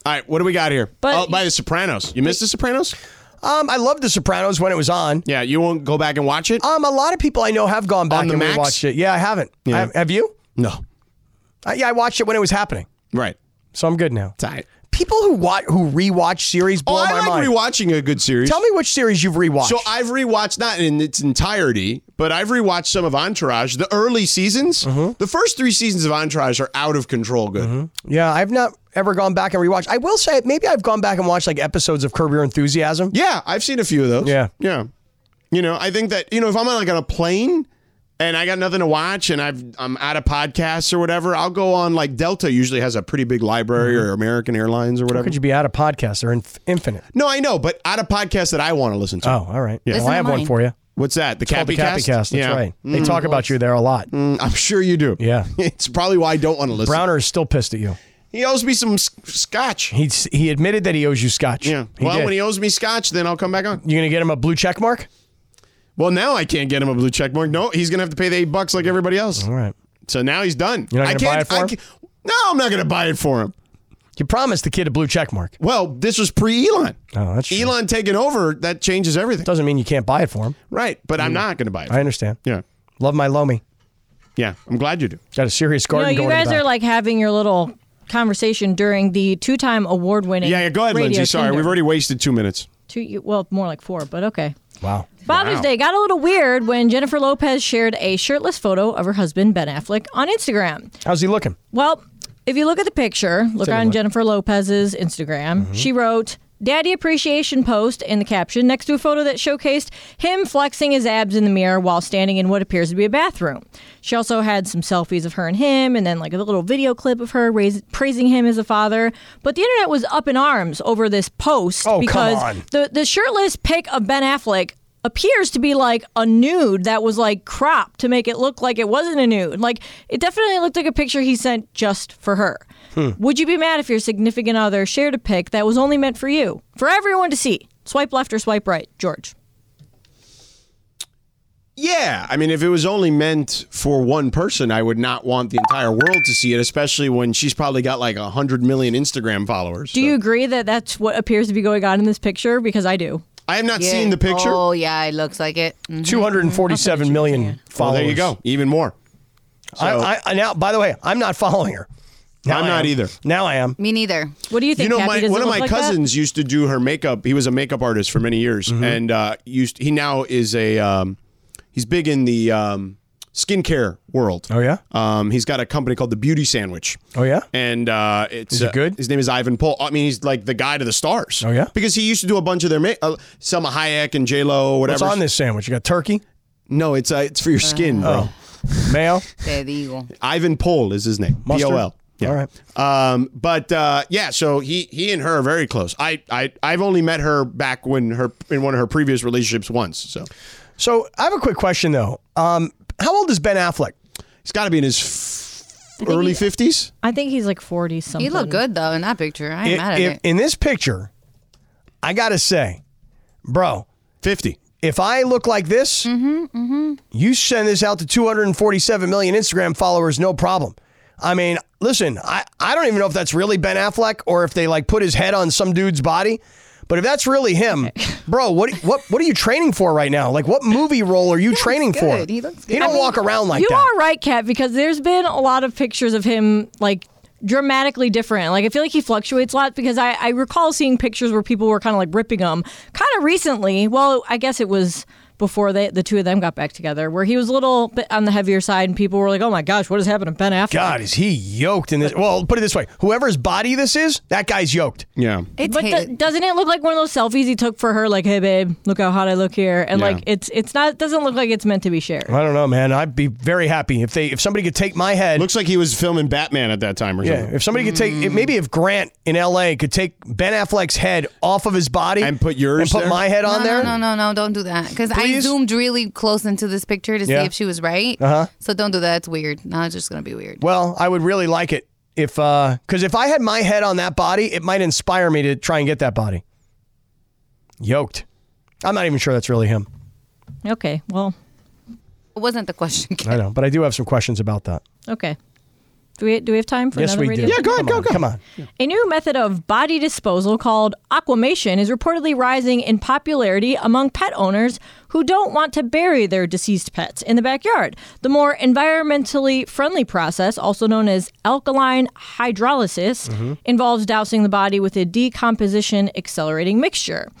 B: right, what do we got here?
C: But-
B: oh, by The Sopranos. You missed The Sopranos?
D: Um, I loved The Sopranos when it was on.
B: Yeah, you won't go back and
D: Oh.
B: watch it?
D: Um, a lot of people I know have gone back
B: On the
D: and
B: Max?
D: rewatched it. Yeah, I haven't. I- have you?
B: no.
D: I, yeah, I watched it when it was happening,
B: Right.
D: so I'm good now.
B: Tight.
D: People who watch who rewatch series blow
B: Oh, I
D: my
B: like
D: mind.
B: rewatching a good series.
D: Tell me which series you've rewatched.
B: So I've rewatched not in its entirety, but I've rewatched some of Entourage. The early seasons,
D: Mm-hmm.
B: the first three seasons of Entourage are out of control. Good.
D: yeah, I've not ever gone back and rewatched. I will say maybe I've gone back and watched like episodes of Curb Your Enthusiasm.
B: Yeah, I've seen a few of those.
D: Yeah.
B: yeah. You know, I think that you know if I'm on like on a plane and I got nothing to watch and I've I'm out of podcasts or whatever, I'll go on like Delta usually has a pretty big library
D: Mm-hmm.
B: or American Airlines or
D: How
B: whatever.
D: could you be out of podcasts? They're in, infinite.
B: no, I know, but out of podcasts that I want to listen to.
D: Oh, all right. Yeah.
E: Listen
D: Well, I
E: to
D: have one
E: mine.
D: for you.
B: What's that? The
D: Called
B: Cappy
D: the Cappy Cast. That's
B: yeah. Mm-hmm.
D: right. They talk about you there a lot.
B: Mm, I'm sure you do.
D: Yeah.
B: [LAUGHS] it's probably why I don't want to listen.
D: Browner is still pissed at you.
B: He owes me some sc- scotch.
D: He he admitted that he owes you scotch.
B: Yeah.
D: He
B: well,
D: did.
B: when he owes me scotch, then I'll come back on.
D: you gonna get him a blue check mark?
B: Well, now I can't get him a blue check mark. No, he's gonna have to pay the eight bucks like everybody else.
D: All right.
B: So now he's done.
D: You're not
B: I
D: gonna buy
B: can't.
D: it for
B: I
D: him?
B: can't- no, I'm not gonna buy it for him.
D: You promised the kid a blue check mark.
B: Well, this was pre Elon.
D: Oh, that's true.
B: Elon taking over that changes everything.
D: Doesn't mean you can't buy it for him.
B: Right, but I'm not gonna buy it.
D: Mm. I understand.
B: yeah,
D: Love my Lomi.
B: yeah. I'm glad you do.
D: Got a serious
C: No,
D: garden
C: you
D: going. in the
C: guys are
D: back.
C: like having your little conversation during the two-time award-winning.
B: Yeah, yeah. Go ahead,
C: radio
B: Lindsay. Sorry,
C: Tinder.
B: we've already wasted two minutes.
C: two. Well, more like four, but okay.
D: wow.
C: Father's Day got a little weird when Jennifer Lopez shared a shirtless photo of her husband Ben Affleck on Instagram.
D: How's he looking?
C: Well, if you look at the picture, look on Jennifer Lopez's Instagram.
D: Mm-hmm.
C: She wrote "Daddy Appreciation Post" in the caption next to a photo that showcased him flexing his abs in the mirror while standing in what appears to be a bathroom. She also had some selfies of her and him, and then like a little video clip of her rais- praising him as a father. But the internet was up in arms over this post
D: Oh, come
C: because
D: on.
C: the the shirtless pic of Ben Affleck appears to be like a nude that was like cropped to make it look like it wasn't a nude. Like it definitely looked like a picture he sent just for her.
B: Hmm.
C: Would you be mad if your significant other shared a pic that was only meant for you, for everyone to see? Swipe left or swipe right, George.
B: Yeah, I mean, if it was only meant for one person, I would not want the entire world to see it, especially when she's probably got like a hundred million Instagram followers.
C: Do you agree that that's what appears to be going on in this picture? Because I do.
B: I have not seen the picture.
E: Oh yeah, it looks like it. Mhm.
D: Two hundred and forty-seven million
B: Well,
D: followers.
B: there you go. Even more.
D: I, I, I now, by the way, I'm not following her. Now
B: I'm
D: I
B: not
D: am.
B: either.
D: Now I am.
E: Me neither.
C: What do you
B: You
C: think?
B: know,
C: Kathy?
B: my,
C: Does it
B: one of
C: look
B: my
C: like that?
B: cousins used to do her makeup. He was a makeup artist for many years, and uh, used he now is a um, he's big in the um, skincare world.
D: Oh, yeah?
B: um, he's got a company called the Beauty Sandwich.
D: Oh, yeah?
B: and uh, it's
D: it
B: uh,
D: good?
B: His name is Ivan Paul. I mean, he's like the guy to the stars.
D: Oh, yeah?
B: because he used to do a bunch of their ma- uh, Selma Hayek and J Lo,
D: What's
B: whatever.
D: on Oh. this sandwich? You got turkey,
B: No, it's uh, it's for your skin, bro. [LAUGHS]
D: mayo,
E: Te digo.
B: Ivan Pol is his name. P
D: mustard.
B: O L.
D: All right.
B: Um, but uh, yeah, so he he and her are very close. I I I've only met her back when her in one of her previous relationships once. So
D: So I have a quick question though. Um, how old is Ben Affleck?
B: he's got to be in his f- early fifties.
C: I think he's like forty something.
E: He looked good though in that picture. I ain't mad at
D: If-
E: it.
D: in this picture, I gotta say, bro,
B: Fifty.
D: if I look like this,
E: Mm-hmm,
D: you send this out to 247 million Instagram followers, no problem. I mean, listen, I, I don't even know if that's really Ben Affleck or if they like put his head on some dude's body. But if that's really
E: [LAUGHS]
D: him, bro, what what what are you training for right now? Like, what movie role are you training for?
E: good. He looks
D: don't walk around like
C: you
D: that.
C: are right, Kat, because there's been a lot of pictures of him like dramatically different. Like I feel like he fluctuates a lot because I, I recall seeing pictures where people were kind of like ripping him kind of recently. Well, I guess it was before they, the two of them got back together where he was a little bit on the heavier side and people were like, oh my gosh, what has happened to Ben Affleck?
D: God, is he yoked in this? Well, put it this way: whoever's body this is, that guy's yoked.
B: Yeah.
E: It's
C: But
E: hate.
C: th- doesn't it look like one of those selfies he took for her? Like, hey babe, look how hot I look here, and
B: Yeah.
C: like it's it's not doesn't look like it's meant to be shared.
D: I don't know, man. I'd be very happy if they if somebody could take my head.
B: Looks like he was filming Batman at that time or
D: yeah,
B: something.
D: if somebody could take if- maybe if Grant in L.A. could take Ben Affleck's head off of his body
B: And put yours
D: and put
B: there?
D: my head on
E: no,
D: there.
E: No, no, no, no, don't do that. Because
D: Please?
E: I zoomed really close into this picture to
D: Yeah.
E: see if she was right. Uh-huh. So don't do that. It's weird. Now it's just gonna be weird.
D: Well, I would really like it if because if I had my head on that body, it might inspire me to try and get that body. Yoked. I'm not even sure that's really him.
C: Okay, well,
E: It wasn't the question.
D: [LAUGHS] I know, but I do have some questions about that.
C: okay. Do we, do we have time for
D: Yes,
C: another
D: we do.
C: radio?
D: go ahead, go, go. Come on.
C: A new method of body disposal called aquamation is reportedly rising in popularity among pet owners who don't want to bury their deceased pets in the backyard. The more environmentally friendly process, also known as alkaline hydrolysis, involves dousing the body with a decomposition accelerating mixture.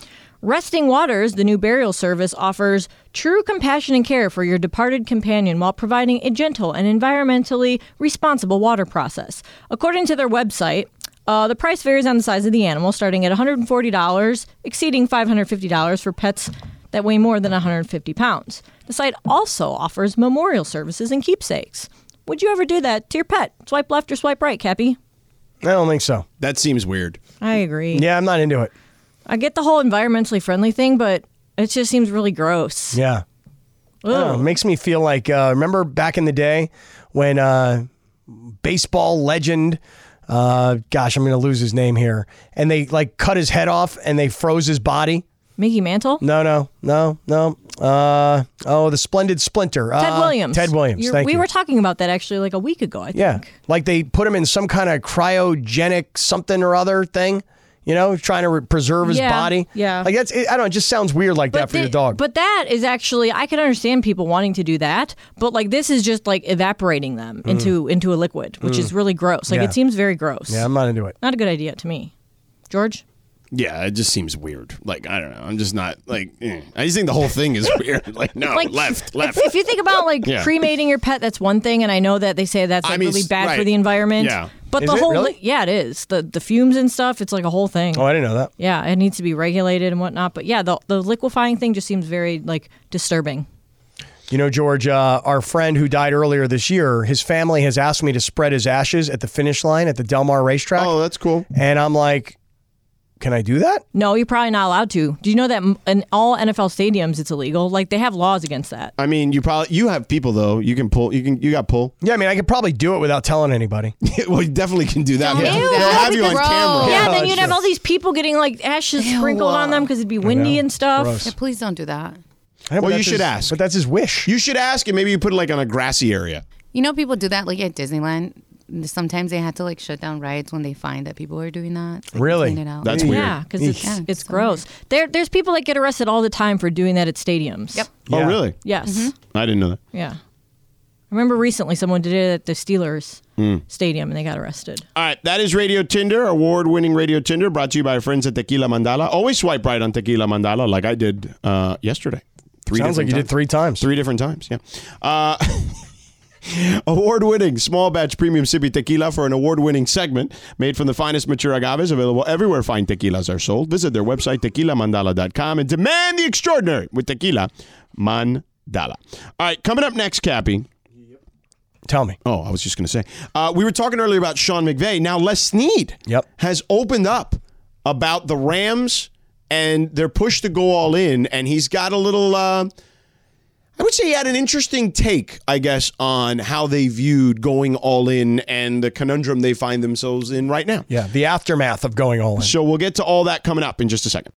C: Resting Waters, the new burial service, offers true compassion and care for your departed companion while providing a gentle and environmentally responsible water process. According to their website, uh, the price varies on the size of the animal, starting at $140, exceeding $550 for pets that weigh more than 150 pounds. The site also offers memorial services and keepsakes. Would you ever do that to your pet? Swipe left or swipe right, Cappy?
D: I don't think so.
J: That seems weird.
C: I agree.
D: Yeah, I'm not into it.
C: I get the whole environmentally friendly thing, but it just seems really gross.
D: Yeah.
C: Oh.
D: I don't know, it makes me feel like uh, remember back in the day when uh, baseball legend uh, gosh I'm gonna lose his name here and they like cut his head off and they froze his body
C: Mickey Mantle?
D: no no no no uh, oh the splendid splinter
C: Ted
D: uh,
C: Williams.
D: Ted Williams
C: You're-
D: thank
C: we
D: you
C: were talking about that actually like a week ago, I think.
D: yeah like they put him in some kind of cryogenic something or other thing you know trying to re- preserve his
C: Yeah,
D: body
C: yeah.
D: like that's it, I don't know it just sounds weird like that for
C: the-
D: your dog
C: But that is actually I can understand people wanting to do that, but like this is just like evaporating them into into a liquid, which is really gross. Like
D: Mm. Yeah.
C: it seems very gross.
D: yeah I'm not into it
C: Not a good idea to me. George?
J: Yeah, it just seems weird. Like I don't know. I'm just not like. eh. I just think the whole thing
B: [LAUGHS]
J: is weird. Like no,
C: Like
J: Oh, left,
C: if-
J: left.
C: If you think about
J: [LAUGHS]
C: like
J: Yeah.
C: cremating your pet, that's one thing, and I know that they say that's
J: I
C: like
J: mean,
C: really
J: s-
C: bad for
J: right.
C: the environment.
J: Yeah.
C: But
D: Is
C: the
D: it
C: whole
D: really?
C: yeah, it is. The the fumes and stuff, it's like a whole thing.
D: oh I didn't know that
C: Yeah, it needs to be regulated and whatnot. But yeah, the the liquefying thing just seems very like disturbing.
D: You know, George, uh, our friend who died earlier this year, his family has asked me to spread his ashes at the finish line at the Del Mar racetrack.
B: Oh, that's cool.
D: And I'm like, can I do that?
C: No, you're probably not allowed to. Do you know that m- in all NFL stadiums it's illegal? Like they have laws against that.
B: I mean, you probably you have people though. You can pull. You can. You got pull. [LAUGHS]
D: Yeah, I mean, I could probably do it without telling anybody.
J: well, you definitely can do that.
E: Don't
J: Yeah.
E: do
J: They'll
E: that.
J: have you on
E: Gross.
J: camera.
C: Yeah, then
D: that's
C: you'd have
D: true.
C: all these people getting like ashes sprinkled on them because it'd be windy and stuff.
E: Yeah, please don't do that.
D: I know, but
J: Well, you
D: that's
J: should
D: his-
J: ask.
D: But that's his wish.
J: You should ask, and maybe you put it like on a grassy area.
E: You know, people do that like at Disneyland. Sometimes they had to like shut down rides when they find that people are doing that. It's, like,
D: Really?
E: clean it out.
J: That's weird.
C: Yeah, because it's
E: Yeah,
C: it's
E: it's
C: gross. There there's people that get arrested all the time for doing that at stadiums. Yep.
D: Yeah.
B: Oh, really?
C: Yes.
B: I didn't know that.
C: Yeah. I remember recently someone did it at the Steelers stadium and they got arrested.
B: All right, that is Radio Tinder, award-winning Radio Tinder, brought to you by our friends at Tequila Mandala. Always swipe right on Tequila Mandala, like I did uh, yesterday. Three
D: Sounds like
B: different
D: you did
B: times.
D: three times.
B: Three different times, yeah. Uh, [LAUGHS] award winning small batch premium sippy tequila for an award winning segment made from the finest mature agaves available everywhere fine tequilas are sold. Visit their website, tequilamandala.com, and demand the extraordinary with tequila mandala. All right, coming up next, Cappy.
D: Tell me.
B: Oh, I was just going to say. Uh, we were talking earlier about Sean McVay. Now, Les Snead
D: Yep.
B: has opened up about the Rams and their push to go all in, and he's got a little. Uh, I would say he had an interesting take, I guess, on how they viewed going all in and the conundrum they find themselves in right now.
D: Yeah, the aftermath of going all in.
B: So we'll get to all that coming up in just a second.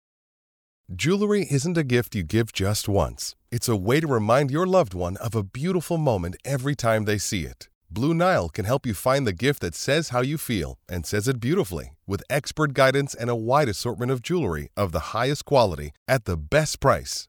K: Jewelry isn't a gift you give just once. It's a way to remind your loved one of a beautiful moment every time they see it. Blue Nile can help you find the gift that says how you feel and says it beautifully with expert guidance and a wide assortment of jewelry of the highest quality at the best price.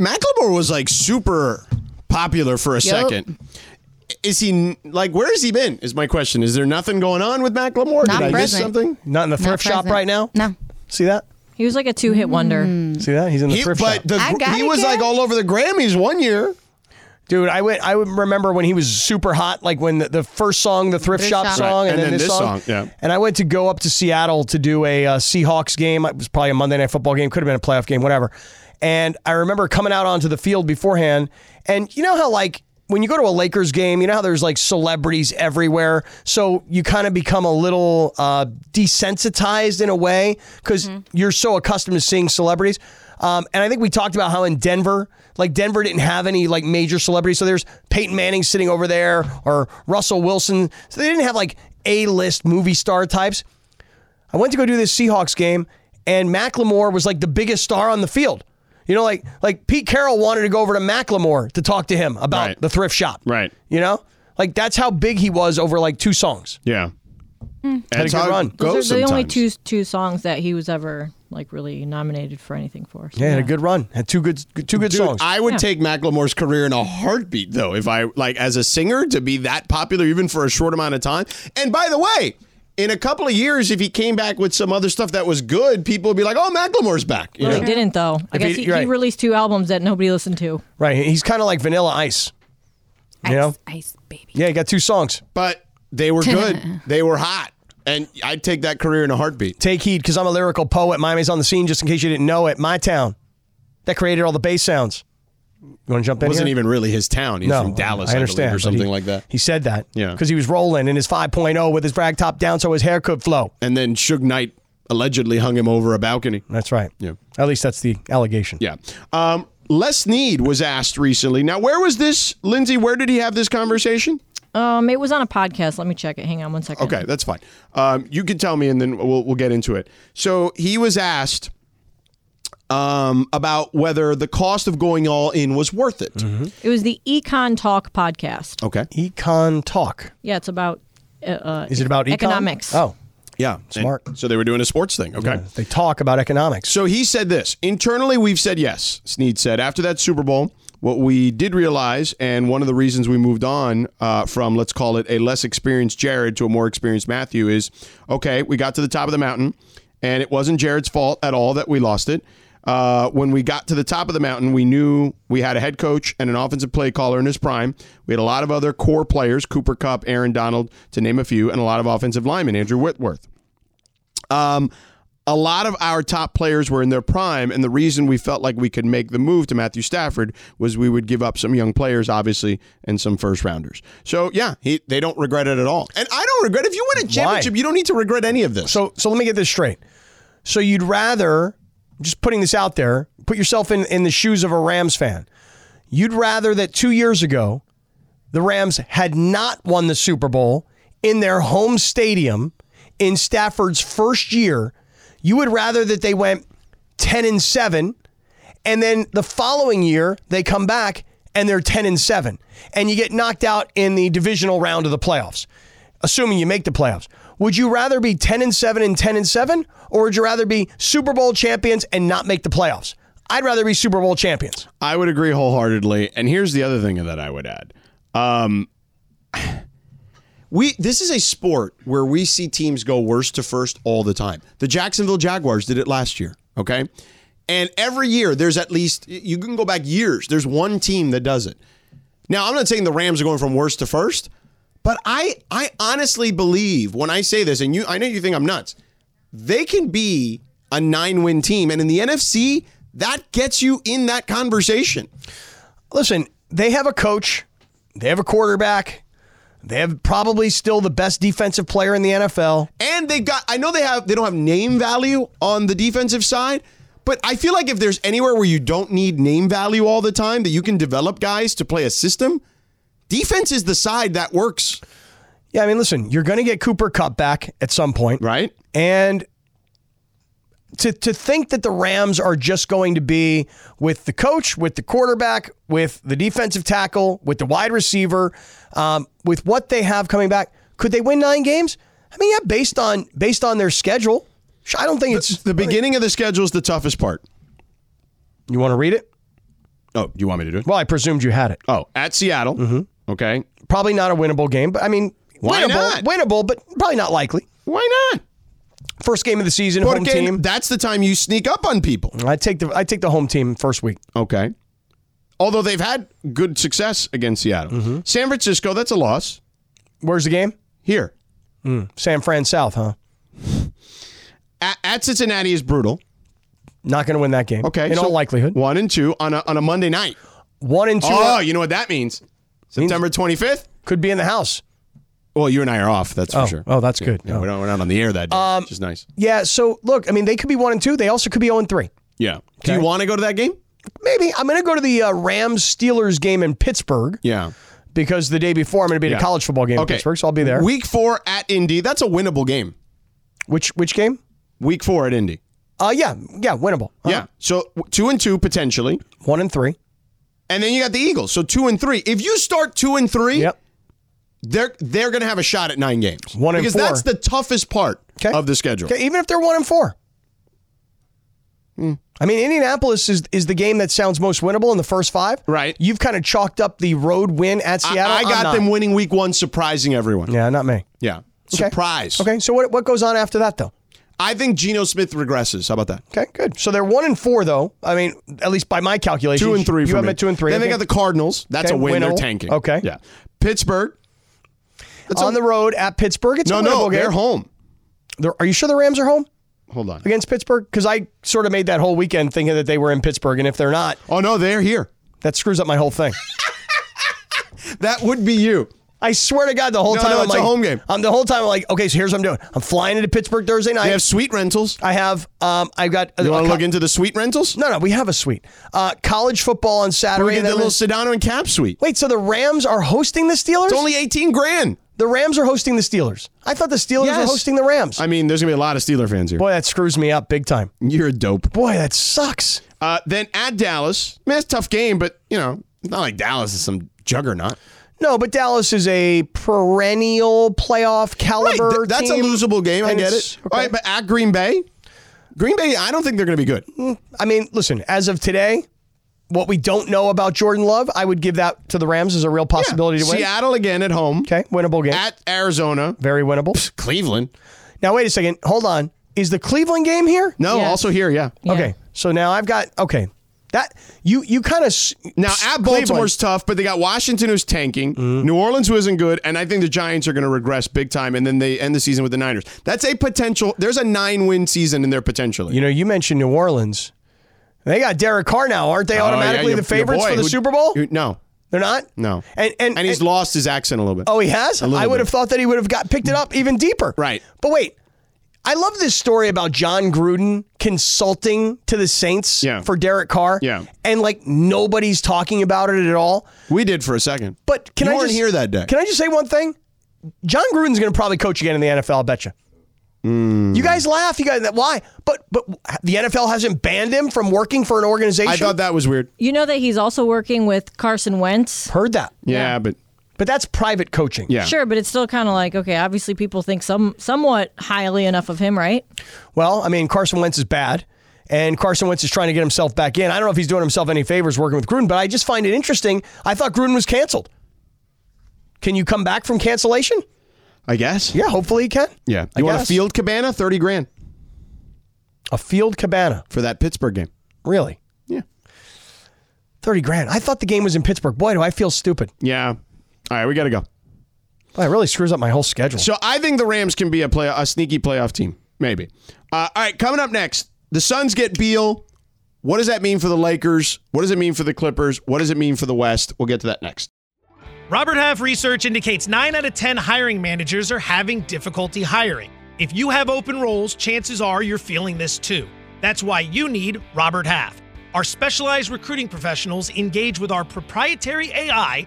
B: Macklemore was like super popular for a
E: Yup.
B: second. Is he like where has he been? Is my question. Is there nothing going on with Macklemore?
E: Not
B: Did I miss
E: present.
B: something?
D: Not in the
E: Not
D: thrift shop
E: present.
D: right now.
E: No.
D: See that?
C: He was like a two hit wonder.
D: Mm.
E: Mm.
D: See that? He's in the
B: He,
D: thrift shop.
B: but the,
E: I got
B: he
E: it,
B: was like
E: Kev.
B: all over the Grammys one year.
D: Dude, I went. I would remember when he was super hot, like when the, the first song, the thrift,
L: Thrift
D: shop,
L: Shop.
D: song,
L: Right.
D: and, then, this song.
L: yeah.
D: And I went to go up to Seattle to do a uh, Seahawks game. It was probably a Monday night football game. Could have been a playoff game, whatever. And I remember coming out onto the field beforehand, and you know how like. When you go to a Lakers game, you know how there's like celebrities everywhere. So you kind of become a little uh, desensitized in a way because you're so accustomed to seeing celebrities. Um, and I think we talked about how in Denver, like Denver didn't have any like major celebrities. So there's Peyton Manning sitting over there or Russell Wilson. So they didn't have like A list movie star types. I went to go do this Seahawks game, and Macklemore was like the biggest star on the field. You know, like like Pete Carroll wanted to go over to Macklemore to talk to him about the thrift shop. Right. You know, like that's how big he was over like two songs.
L: Yeah.
D: Had a good run.
C: Those are the only two two songs that he was ever like really nominated for anything for. So,
D: Yeah, had a good run. Had two good two good
B: Dude,
D: songs.
B: I would
C: Yeah.
B: take Macklemore's career in a heartbeat, though, if I like as a singer to be that popular even for a short amount of time. And by the way, in a couple of years, if he came back with some other stuff that was good, people would be like, "Oh, Macklemore's back." you
C: Well,
B: know?
C: he didn't though. I
B: If
C: guess
B: he-
C: he,
B: you're
C: he
B: right.
C: released two albums that nobody listened to.
D: Right. He's kind of like Vanilla Ice. You know.
E: Ice baby.
D: Yeah, he got two songs,
B: but they were good. they were hot, and I'd take that career in a heartbeat.
D: Take heed, because I'm a lyrical poet. Miami's on the scene, just in case you didn't know it. My town, that created all the bass sounds. You want to jump
B: It
D: in?
B: wasn't
D: here?
B: even really his town. He's
D: No,
B: from Dallas,
D: I
B: I,
D: understand,
B: believe, or
D: but
B: something
D: he-
B: like that.
D: He said that.
B: Yeah.
D: Because he was rolling in his 5.0 with his rag top down so his hair could flow.
B: And then Suge Knight allegedly hung him over a balcony.
D: That's right.
B: Yeah.
D: At least that's the allegation.
B: Yeah. Um, Les Need was asked recently. Now, where was this, Lindsay? Where did he have this conversation?
C: Um, it was on a podcast. Let me check it. Hang on one second.
B: Okay, that's fine. Um, you can tell me, and then we'll we'll get into it. So he was asked um, about whether the cost of going all in was worth it.
C: It was the Econ Talk podcast.
B: Okay.
D: Econ Talk.
C: Yeah, it's about. Uh, uh,
D: Is it about econ?
C: economics?
D: Oh,
B: Yeah,
D: Smart.
B: so they were doing a sports thing. Okay.
D: they talk about economics.
B: So he said this internally, we've said yes, Sneed said. After that Super Bowl, what we did realize, and one of the reasons we moved on uh, from, let's call it, a less experienced Jared to a more experienced Matthew is okay, we got to the top of the mountain, and it wasn't Jared's fault at all that we lost it. Uh, when we got to the top of the mountain, we knew we had a head coach and an offensive play caller in his prime. We had a lot of other core players, Cooper Cup, Aaron Donald, to name a few, and a lot of offensive linemen, Andrew Whitworth. Um, a lot of our top players were in their prime, and the reason we felt like we could make the move to Matthew Stafford was we would give up some young players, obviously, and some first rounders. So yeah, he, they don't regret it at all, and I don't regret. If you win a championship, you don't need to regret any of this.
D: So, so let me get this straight. So you'd rather, just putting this out there, put yourself in, in the shoes of a Rams fan. You'd rather that two years ago, the Rams had not won the Super Bowl in their home stadium in Stafford's first year. You would rather that they went 10 and 7 and then the following year they come back and they're 10 and 7 and you get knocked out in the divisional round of the playoffs assuming you make the playoffs would you rather be 10 and 7 and 10 and 7 or would you rather be super bowl champions and not make the playoffs i'd rather be super bowl champions
B: I would agree wholeheartedly. And here's the other thing that I would add. Um, we this is a sport where we see teams go worst to first all the time. The Jacksonville Jaguars did it last year, okay? And every year there's at least you can go back years, there's one team that does it. Now, I'm not saying the Rams are going from worst to first, but I I honestly believe when I say this and you I know you think I'm nuts. They can be a 9-win team and in the NFC, that gets you in that conversation.
D: listen, they have a coach, they have a quarterback, they have probably still the best defensive player in the NFL.
B: And they got I know they have they don't have name value on the defensive side, but I feel like if there's anywhere where you don't need name value all the time that you can develop guys to play a system, defense is the side that works.
D: Yeah, I mean, listen, you're going to get Cooper Cup back at some point,
B: right?
D: And to to think that the Rams are just going to be with the coach, with the quarterback, with the defensive tackle, with the wide receiver, um, with what they have coming back, could they win nine games? I mean, yeah, based on based on their schedule, I don't think it's
B: the beginning of the schedule is the toughest part.
D: You want to read it?
B: Oh, you want me to do it?
D: Well, I presumed you had it.
B: Oh, at Seattle. Mm-hmm. Okay.
D: Probably not a winnable game, but I mean,
B: Why
D: winnable,
B: not?
D: winnable, but probably not likely.
B: Why not?
D: First game of the season, home
B: Porque
D: team.
B: That's the time you sneak up on people.
D: I take the I take the home team first week.
B: Okay. Although they've had good success against Seattle.
D: Mm-hmm.
B: San Francisco, that's a loss.
D: Where's the game?
B: Here.
D: San Fran South, huh?
B: At, at Cincinnati is brutal.
D: Not going to win that game.
B: Okay.
D: In
B: so
D: all likelihood.
B: One and two on a, on a Monday night.
D: One and two uh,
B: Oh, you know what that means? September 25th?
D: could be in the house.
B: Well, you and I are off, that's for
D: Oh, Um,
B: sure.
D: oh, that's good.
B: Yeah,
D: Oh.
B: we're, not, we're not on the air that day, which is nice.
D: Yeah, so look, I mean, they could be one and two. They also could be 0 and three.
B: Yeah. Do you want to go to that game?
D: Maybe I'm going to go to the uh, Rams Steelers game in Pittsburgh
B: Yeah.
D: because the day before I'm going to be at
B: Yeah.
D: a college football game
B: Okay.
D: in Pittsburgh, so I'll be there.
B: Week four at Indy. That's a winnable game.
D: which which game?
B: Week four at Indy.
D: Uh, yeah, yeah, winnable. Uh,
B: Yeah. So w- two and two potentially.
D: one and three.
B: And then you got the Eagles. So two and three. If you start two and three,
D: Yep.
B: they're they're gonna have a shot at nine games.
D: One and
B: because
D: four.
B: that's the toughest part
D: Okay.
B: of the schedule.
D: Okay, even if they're one and four. Hmm. I mean, Indianapolis is is the game that sounds most winnable in the first five.
B: Right.
D: You've kind of chalked up the road win at
B: I-
D: Seattle.
B: I,
D: I'm
B: got
D: not.
B: them winning week one, surprising everyone.
D: Yeah, not me.
B: Yeah.
D: Okay.
B: Surprise.
D: Okay, so what what goes on after that though?
B: I think Geno Smith regresses. How about that?
D: Okay, good. So they're one and four though. I mean, at least by my calculations,
B: Two and three.
D: You
B: for
D: have
B: me.
D: them at two and three.
B: Then they
D: Okay.
B: got the Cardinals. That's
D: Okay,
B: a win. They're
D: winnable.
B: tanking.
D: Okay.
B: Yeah. Pittsburgh. That's
D: on
B: a,
D: the road at Pittsburgh. It's
B: no,
D: a
B: no,
D: winnable game.
B: they're home.
D: They're- are you sure the Rams are home
B: Hold on.
D: against Pittsburgh? Because I sort of made that whole weekend thinking that they were in Pittsburgh, and if they're not,
B: Oh no, they're here.
D: that screws up my whole thing.
B: That would be you.
D: I swear to God, the whole
B: No,
D: time
B: no,
D: I'm
B: it's a
D: like,
B: home game.
D: I'm the whole time I'm like, okay, so here's what I'm doing. I'm flying into Pittsburgh Thursday night.
B: They have suite rentals.
D: I have, um, I've got.
B: You want
D: a
B: to
D: co-
B: look into the suite rentals?
D: No, no, we have a suite. Uh, college football on
B: We
D: Saturday.
B: did
D: and
B: the
D: then-
B: little Sedano and Cap suite.
D: Wait, so the Rams are hosting the Steelers?
B: It's only eighteen grand.
D: the Rams are hosting the Steelers. I thought the Steelers were
B: Yes.
D: hosting the Rams.
B: I mean, there's gonna be a lot of Steeler fans here.
D: Boy, that screws me up big time.
B: You're a dope.
D: Boy, that sucks.
B: Uh, then at Dallas, I mean, it's a tough game, but you know, it's not like Dallas is some juggernaut.
D: No, but Dallas is a perennial playoff caliber.
B: Th- that's a
D: team,
B: losable game. I
D: and
B: get
D: it's-
B: it. All right, but at Green Bay, Green Bay, I don't think they're gonna be good.
D: I mean, listen, as of today, what we don't know about Jordan Love, I would give that to the Rams as a real possibility to win.
B: Seattle again at home.
D: Okay, winnable game.
B: At Arizona,
D: Very winnable.
B: Cleveland.
D: Now, wait a second. Hold on. Is the Cleveland game here?
B: No,
C: Yeah.
B: also here, yeah.
D: Okay. So now I've got, okay. That, you, you kind of.
B: Now at Baltimore's tough, but they got Washington who's tanking,
D: Mm-hmm.
B: New Orleans who isn't good, and I think the Giants are going to regress big time, and then they end the season with the Niners. That's a potential. There's a nine win season in there potentially.
D: You know, you mentioned New Orleans. They got Derek Carr now. Aren't they
B: Oh, yeah,
D: automatically
B: your-
D: the
B: your
D: favorites
B: boy
D: for the
B: who-
D: Super Bowl?
B: who- no,
D: They're not?
B: no,
D: And, and,
B: and he's
D: and-
B: lost his accent a little bit.
D: Oh, he has?
B: A little
D: I would
B: bit.
D: have thought that he would have got picked it up even deeper.
B: Right.
D: But wait, I love this story about John Gruden consulting to the Saints
B: Yeah.
D: for Derek Carr.
B: Yeah.
D: And like nobody's talking about it at all.
B: we did for a second.
D: But can
B: You
D: I
B: weren't
D: just
B: here that day.
D: Can I just say one thing? John Gruden's going to probably coach again in the NFL. I bet you.
B: Hmm.
D: You guys laugh. You guys why? But but the NFL hasn't banned him from working for an organization.
B: I thought that was weird.
C: You know that he's also working with Carson Wentz.
D: heard that,
B: Yeah, but
D: but that's private coaching.
B: yeah,
C: Sure, but it's still kind of like okay. Obviously, people think some somewhat highly enough of him, right?
D: Well, I mean Carson Wentz is bad, and Carson Wentz is trying to get himself back in. I don't know if he's doing himself any favors working with Gruden, but I just find it interesting. I thought Gruden was canceled. Can you come back from cancellation?
B: I guess.
D: Yeah, hopefully he can.
B: yeah.
D: I
B: You want a
D: guess.
B: field cabana? Thirty grand
D: A field cabana,
B: for that Pittsburgh game.
D: really?
B: Yeah,
D: 30 grand. I thought the game was in Pittsburgh. Boy, do I feel stupid.
B: yeah. All right, we got to go.
D: Boy, it really screws up my whole schedule.
B: So I think the Rams can be a play a sneaky playoff team, maybe. Uh, all right, coming up next, the Suns get Beal. What does that mean for the Lakers? What does it mean for the Clippers? What does it mean for the West? We'll get to that next.
F: Robert Half research indicates 9 out of 10 hiring managers are having difficulty hiring. If you have open roles, chances are you're feeling this too. That's why you need Robert Half. Our specialized recruiting professionals engage with our proprietary AI